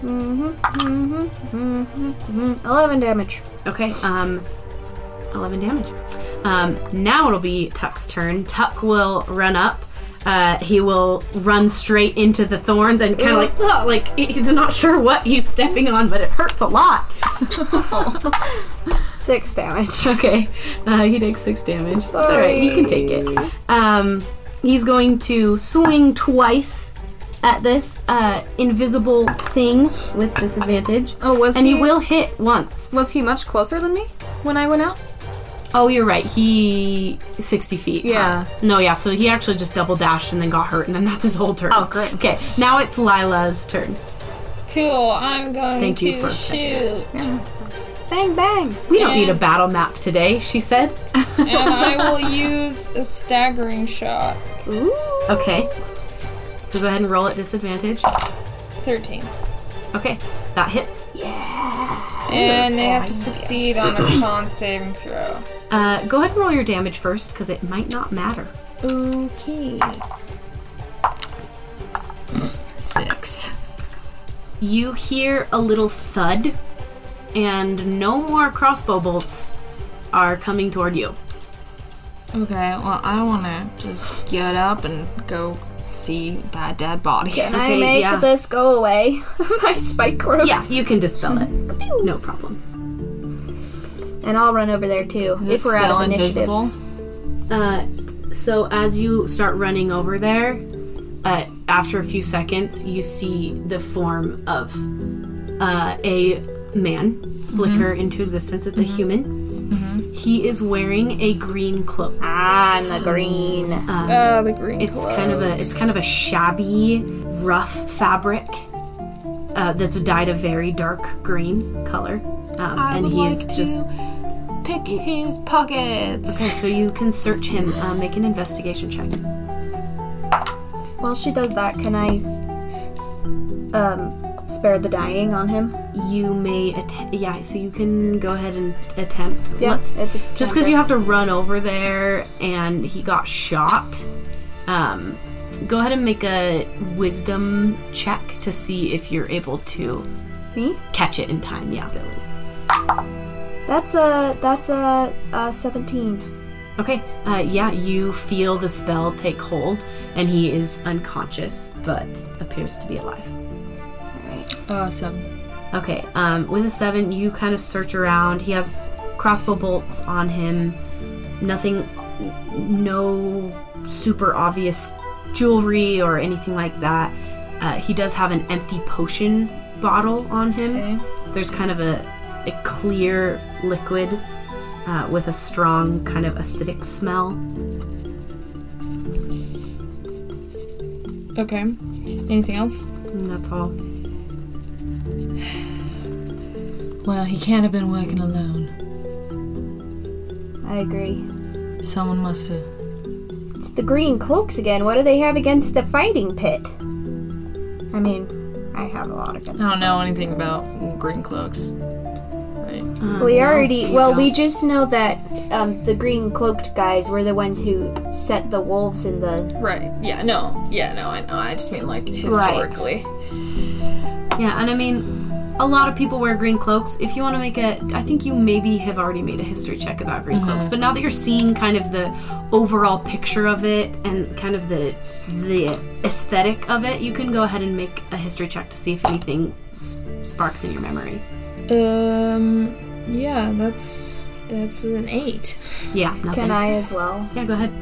B: Mm-hmm. Mm-hmm. Mm-hmm. Mm-hmm. Eleven damage.
A: Okay, um, 11 damage. Um, now it'll be Tuck's turn. Tuck will run up. Uh, he will run straight into the thorns and kind of like, "Ugh," like he- he's not sure what he's stepping on, but it hurts a lot.
B: Six damage.
A: Okay, uh, he takes six damage. It's all right. You can take it. Um, he's going to swing twice at this uh, invisible thing with disadvantage,
F: Oh, was
A: and
F: he,
A: he will hit once.
F: was he much closer than me when I went out?
A: Oh, you're right. He sixty feet. huh?
F: Yeah.
A: No, yeah. So he actually just double dashed and then got hurt, and then that's his whole turn. Oh,
F: great.
A: Okay, now it's Lila's turn.
D: cool. I'm going
A: Thank
D: to
A: you for
D: shoot.
B: Bang bang.
A: We don't need a
D: And-
A: battle map today, she said.
D: and I will use a staggering shot.
A: Okay. So go ahead and roll at disadvantage.
D: 13.
A: Okay, that hits.
D: And they have to succeed on a con saving throw.
A: Uh, go ahead and roll your damage first, because it might not matter.
D: Okay. Six.
A: You hear a little thud, and no more crossbow bolts are coming toward you.
D: Okay, well, I want to just get up and go see that dead body.
B: I
A: Okay,
B: make
A: yeah.
B: this go away. my spike growth.
A: Yeah, you can dispel it. No problem.
B: And I'll run over there too
D: Is
B: if
D: it
B: we're
D: still
B: out of
D: invisible?
B: initiative.
A: Uh, so as you start running over there, uh, after a few seconds, you see the form of uh, a man flicker
D: Mm-hmm.
A: into existence. It's a human. He is wearing a green cloak. Um,
B: Ah, and the green.
D: Uh, the green
A: It's kind of a it's kind of a shabby, rough fabric. uh, that's dyed a very dark green color. Um,
D: I
A: and
D: would
A: he
D: like
A: is
D: to
A: just.
D: pick his pockets.
A: Okay, so you can search him. Uh, make an investigation check.
B: While she does that, can I um, spare the dying on him?
A: You may. Att- yeah, so you can go ahead and attempt. Let's-
B: it's a
A: just because you have to run over there and he got shot um, go ahead and make a wisdom check to see if you're able to
B: Me?
A: catch it in time yeah billy
B: That's a that's a, a seventeen.
A: okay uh, yeah you feel the spell take hold and he is unconscious but appears to be alive
D: Awesome.
A: Okay, um, with a seven, you kind of search around. He has crossbow bolts on him. Nothing, no super obvious jewelry or anything like that. Uh, he does have an empty potion bottle on him. There's kind of a, a clear liquid uh, with a strong kind of acidic smell.
D: Okay. Anything else?
A: And Mm, that's all.
D: Well, he can't have been working alone.
B: I agree.
D: Someone must have.
B: It's the green cloaks again. What do they have against the fighting pit? I mean, I have a lot against.
D: I don't know anything about green cloaks. Right.
B: We already well, we just know that um, the green cloaked guys were the ones who set the wolves in the.
D: Right. Yeah. No. Yeah. No. I know. I just mean like
B: historically.
A: Yeah, and I mean, a lot of people wear green cloaks. If you want to make a, I think you maybe have already made a history check about green
B: Mm-hmm.
A: cloaks. But now that you're seeing kind of the overall picture of it and kind of the the aesthetic of it, you can go ahead and make a history check to see if anything s- sparks in your memory.
D: Um. Yeah. That's that's an eight.
A: Yeah, nothing.
B: Can I as well?
A: Yeah, go ahead.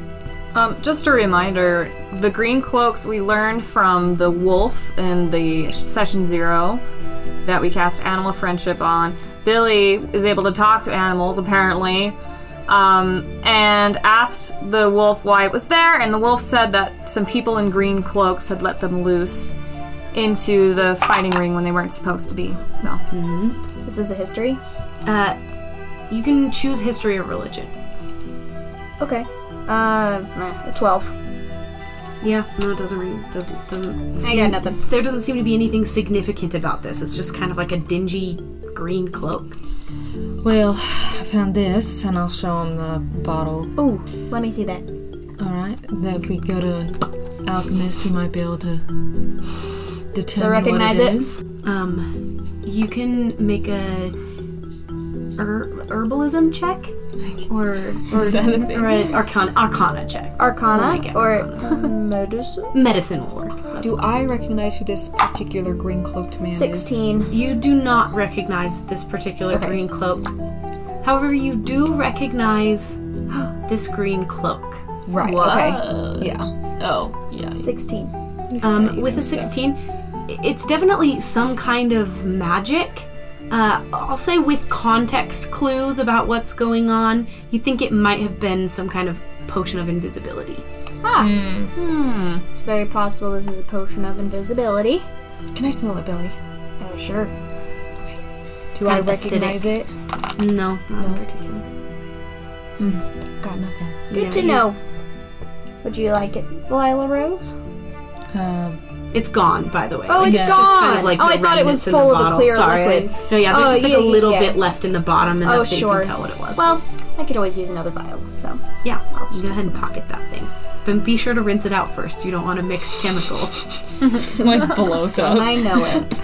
C: Um, just a reminder: the green cloaks we learned from the wolf in the session zero that we cast animal friendship on. Billy is able to talk to animals apparently, um, and asked the wolf why it was there, and the wolf said that some people in green cloaks had let them loose into the fighting ring when they weren't supposed to be. So
B: This is a history.
A: Uh, you can choose history or religion.
B: Okay. Uh, nah, twelve.
A: Yeah, no, it doesn't ring. Doesn't doesn't.
B: I got nothing.
A: There doesn't seem to be anything significant about this. It's just kind of like a dingy green cloak.
D: Well, I found this, and I'll show him the bottle.
B: Ooh, let me see that.
D: All right. Then if we go to an alchemist, we might be able to determine
B: recognize
D: what
B: it?
D: it is.
A: Um, you can make a her- herbalism check, or or,
D: that a thing?
A: or an arcana, arcana check.
D: Oh
B: Arcana
A: get
B: or medicine.
A: Medicine will work. That's-
E: Do I recognize who this particular green cloaked man is?
B: Sixteen.
A: you do not recognize this particular
E: Okay.
A: green cloak. However, you do recognize this green cloak.
E: Right. Okay. Yeah.
D: Oh. Yeah.
B: Sixteen.
A: Um, with a 16, it's definitely some kind of magic. Uh, I'll say with context clues about what's going on, you think it might have been some kind of potion of invisibility.
B: It's very possible this is a potion of invisibility.
E: Can I smell it, Billy?
B: Uh, sure.
E: Do I
A: Kind of acidic.
E: recognize it?
A: No, not in particular.
E: Got nothing.
B: Good to know. Would you like it, Lila Rose?
D: Um.
A: It's gone, by the way.
B: Oh,
A: it's
B: it's
A: just kind of
B: gone.
A: like
B: oh,
A: the
B: I thought it was
A: remnants in the
B: full of a
A: bottle.
B: clear
A: Sorry, I-
B: liquid.
A: no, yeah, there's
B: Oh,
A: just like
B: yeah,
A: a little
B: yeah.
A: bit left in the bottom, and
B: Oh,
A: that's
B: sure.
A: you can tell what it was.
B: Well, I could always use another vial, so.
A: yeah, go ahead and pocket that thing. But be sure to rinse it out first. You don't want to mix chemicals.
D: Like blows
A: Oh.
D: up.
B: I know it.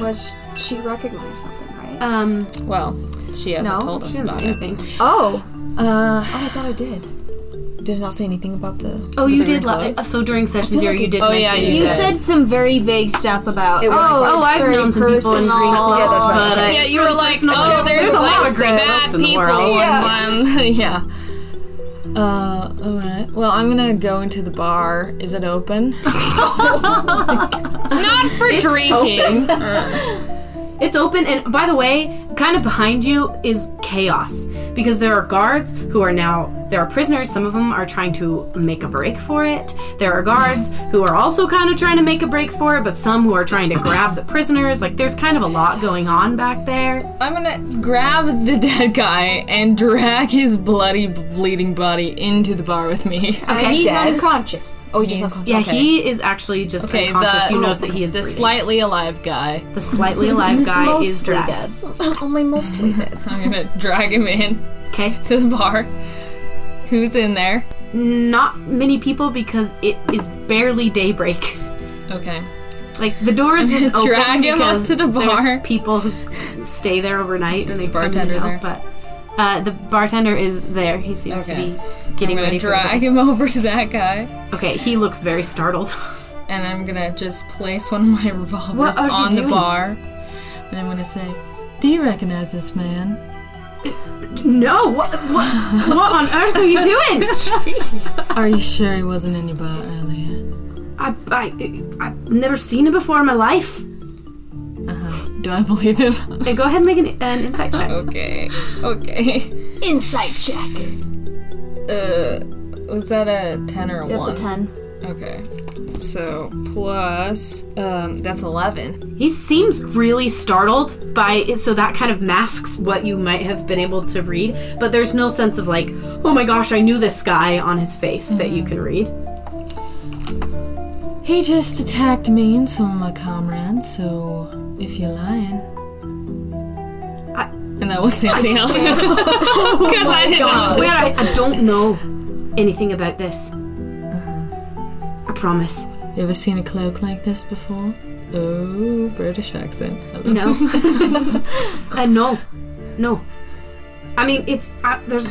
B: Was she recognized something, right?
A: Um,
D: Well, she hasn't
B: No,
D: told
A: she
D: us
A: doesn't
D: about
A: say
D: it.
A: anything.
B: Oh,
D: Uh.
E: Oh, I thought I did. Did it not say anything about the?
A: Oh, you
D: they were
A: did. La-
D: close?
A: so during session zero, you did.
D: Oh,
A: mention
D: yeah,
A: it.
D: you
B: you
D: did.
B: said some very vague stuff about.
E: It was
B: oh,
E: quite-
B: it's
A: I've
B: very
A: known some people in green
B: personal.
A: clothes, but I-
D: Yeah, you were like,
A: personal.
D: oh, there's,
A: There's a lot of green
D: bad
A: belts in the
D: people.
A: world.
D: and then- Yeah. Uh, all right. Well, I'm gonna go into the bar. Is it open? Not for drinking.
A: It's open, and by the way, kind of behind you is chaos because there are guards who are now There are prisoners, some of them are trying to make a break for it. There are guards who are also kind of trying to make a break for it, but some who are trying to grab the prisoners. Like, there's kind of a lot going on back there.
D: I'm gonna grab the dead guy and drag his bloody, bleeding body into the bar with me.
B: and he's
E: dead?
B: unconscious.
E: Oh, he just unconscious.
A: Yeah,
D: Okay.
A: he is actually just
D: Okay,
A: unconscious.
D: the,
A: you notice that he is
D: the
A: breathing.
D: slightly alive guy.
A: the slightly alive guy is
B: Mostly
A: dragged.
B: dead.
E: Oh, Only mostly dead.
D: I'm gonna drag him in
A: Okay,
D: to the bar. Who's in there?
A: not many people because it is barely daybreak.
D: Okay.
A: Like the door is just open
D: Drag him up
A: because
D: to the
A: there's
D: bar.
A: people who stay there overnight.
D: Is
A: and
D: the
A: they come and
D: bartender
A: out,
D: there?
A: But uh, the bartender is there. He seems
D: Okay.
A: to be getting
D: I'm
A: ready
D: gonna
A: for the
D: drag him over to that guy,
A: bar. Okay, he looks very startled.
D: and I'm gonna just place one of my revolvers
A: What are you
D: on the
A: doing?
D: bar, and I'm gonna say, "Do you recognize this man?"
A: no, what, what, what on earth are you doing?
D: Are you sure he wasn't in your bar earlier?
A: I, I, I've never seen him before in my life.
D: Do I believe him?
A: Okay, go ahead and make an, an insight check.
D: okay. Okay.
B: Insight check.
D: Uh, was that a ten or a
B: That's
D: one?
B: a ten.
D: Okay. So plus, um, that's eleven.
A: He seems really startled by it, so that kind of masks what you might have been able to read, but there's no sense of like, oh my gosh, I knew this guy on his face that
D: Mm-hmm.
A: you can read.
D: He just attacked me and some of my comrades. So if you're lying,
A: I-
D: and that was anything else because I didn't know.
A: Wait, I, I don't know anything about this.
D: Uh-huh.
A: I promise.
D: You ever seen a cloak like this before? Oh, British accent. Hello.
A: No. uh, no. No. I mean, it's. I, there's.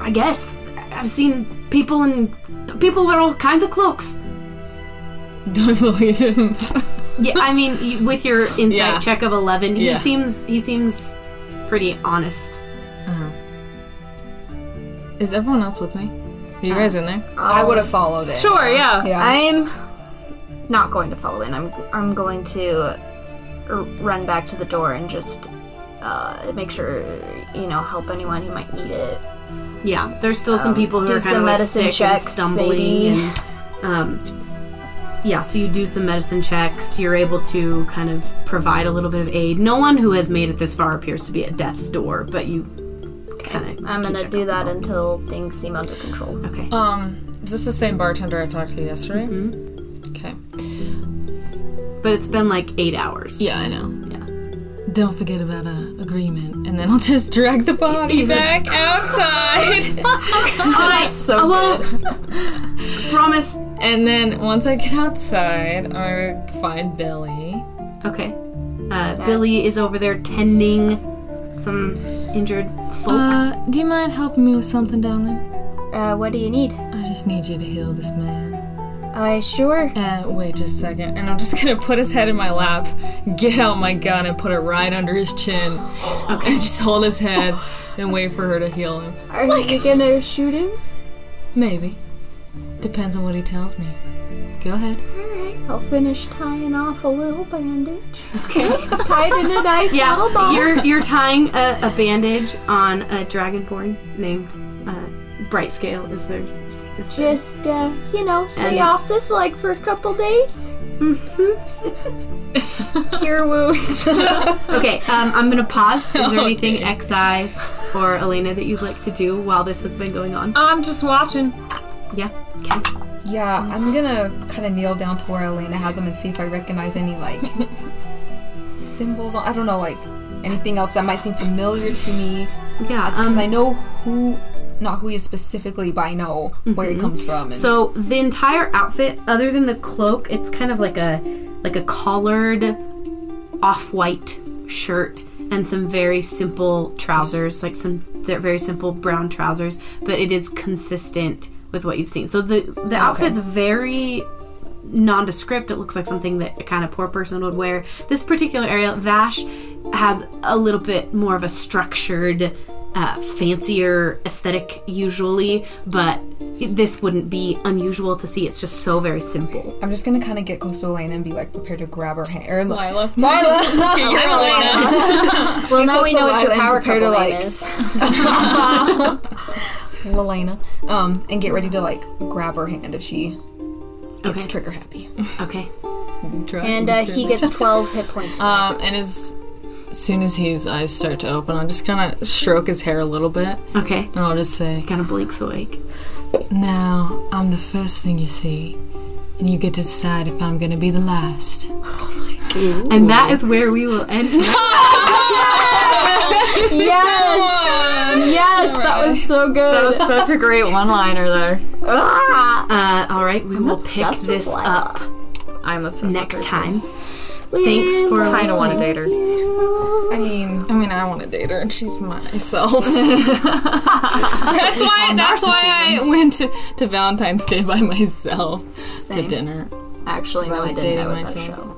A: I guess. I've seen people in. People wear all kinds of cloaks.
D: Don't believe him.
A: Yeah, I mean, you- with your insight
D: Yeah.
A: check of eleven, he
D: Yeah.
A: seems he seems pretty honest.
D: Is everyone else with me? Are you guys in there?
B: Oh.
E: I would have followed it.
C: Sure, yeah.
E: Yeah.
B: I'm not going to follow in. I'm I'm going to r- run back to the door and just uh, make sure you know help anyone who might need it.
A: Yeah, there's still some people who
B: Um, do
A: are kind of
B: some
A: like
B: medicine
A: sick and
B: checks,
A: stumbling.
B: maybe.
A: And, um, yeah, so you do some medicine checks. You're able to kind of provide a little bit of aid. No one who has made it this far appears to be at death's door, but you kind of.
B: I'm gonna do that until things seem under control.
A: Okay.
D: Um, is this the same bartender I talked to yesterday? Mm-hmm. Okay.
A: But it's been like eight hours.
D: Yeah, I know.
A: Yeah.
D: Don't forget about a agreement, and then I'll just drag the body back outside.
A: All right.
E: so
A: I will promise.
D: and then once I get outside, I'm gonna find Billy.
A: Okay. Uh, Billy is over there tending some injured folk.
D: Uh, do you mind helping me with something, darling?
B: Uh, what do you need?
D: I just need you to heal this man.
B: I sure.
D: Uh, wait just a second. And I'm just gonna put his head in my lap, get out my gun, and put it right under his chin. Okay. And just hold his head and wait for her to heal him.
B: Are you gonna shoot him?
D: Maybe. Depends on what he tells me. Go ahead.
B: I'll finish tying off a little bandage. Okay. Tied in a nice little
A: Yeah,
B: ball.
A: you're you're tying a, a bandage on a dragonborn named uh, Brightscale. Is there? Is there
B: Just, uh, you know, stay
A: And-
B: off this leg for a couple days. Mm-hmm. Cure wounds.
A: okay, um, I'm gonna pause. Is there anything Xi or Elena that you'd like to do while this has been going on?
F: I'm just watching.
A: Yeah. Okay.
E: Yeah, I'm gonna kind of kneel down to where Elena has them and see if I recognize any like symbols. On, I don't know, like anything else that might seem familiar to me.
A: Yeah.
E: Because
A: Um,
E: I know who, not who he is specifically, but I know where he comes from. And
A: Mm-hmm. So the entire outfit, other than the cloak, it's kind of like a like a collared off-white shirt and some very simple trousers, like some th- very simple brown trousers. But it is consistent with what you've seen. So the the outfit's very nondescript. It looks like something that a kind of poor person would wear. This particular area, Vash, has a little bit more of a structured, uh, fancier aesthetic usually, but it- this wouldn't be unusual to see. It's just so very simple.
E: I'm just gonna kind of get close to Elena and be like prepared to grab her hand. Or, like,
D: Lila. Lila. You're
A: Oh,
D: Elena.
B: well, now
E: close
B: we
E: to
B: know what your
E: Lila and
B: power
E: prepare to,
B: couple name
E: like-
B: is.
E: Lelena, um, and get ready to like grab her hand if she gets
A: Okay.
E: trigger happy.
A: Okay.
H: And uh, he gets 12 hit points.
D: Um, and as soon as his eyes start to open, I'll just kind of stroke his hair a little bit,
A: Okay.
D: and I'll just say,
A: Kind of blinks awake.
D: "Now I'm the first thing you see, and you get to decide if I'm gonna be the last."
A: And that is where we will end.
H: yes! Yes, that was so
C: That
H: good. Ah!
C: was such a great one-liner there.
A: Uh, all right, we will pick
H: obsessed with
A: this
H: Lila.
A: up
C: I'm obsessed.
A: next
C: with
A: time. Thanks for
C: her. Kind
A: listening.
C: of want to date her.
E: I mean,
D: I mean, I want to date her, and she's myself. that's why. That's why I went to, to Valentine's Day by myself to
H: Same.
D: dinner.
H: Actually, no,
D: I
H: I didn't.
D: dated
H: That was that
D: myself.
H: show.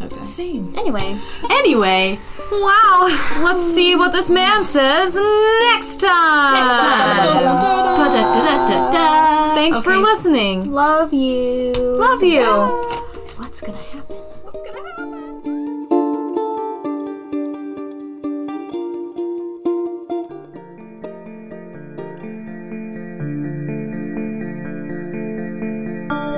D: Okay.
H: Anyway,
A: Anyway,
C: Wow. Let's see what this man says next time.
A: ba-da-da-da-da-da.
C: Thanks for
A: Okay.
C: listening.
H: love you.
C: Love you.
H: What's gonna happen? What's gonna happen?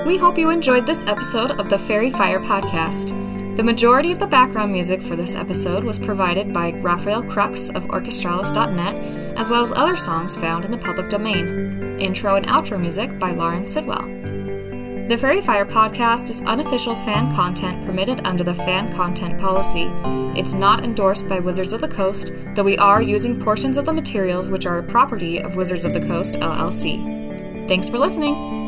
B: We hope you enjoyed this episode of the Fairy Fire Podcast. The majority of the background music for this episode was provided by Raphael Crux of Orchestralis.net, as well as other songs found in the public domain. Intro and outro music by Lauren Sidwell. The Fairy Fire podcast is unofficial fan content permitted under the fan content policy. It's not endorsed by Wizards of the Coast, though we are using portions of the materials which are a property of Wizards of the Coast LLC. Thanks for listening!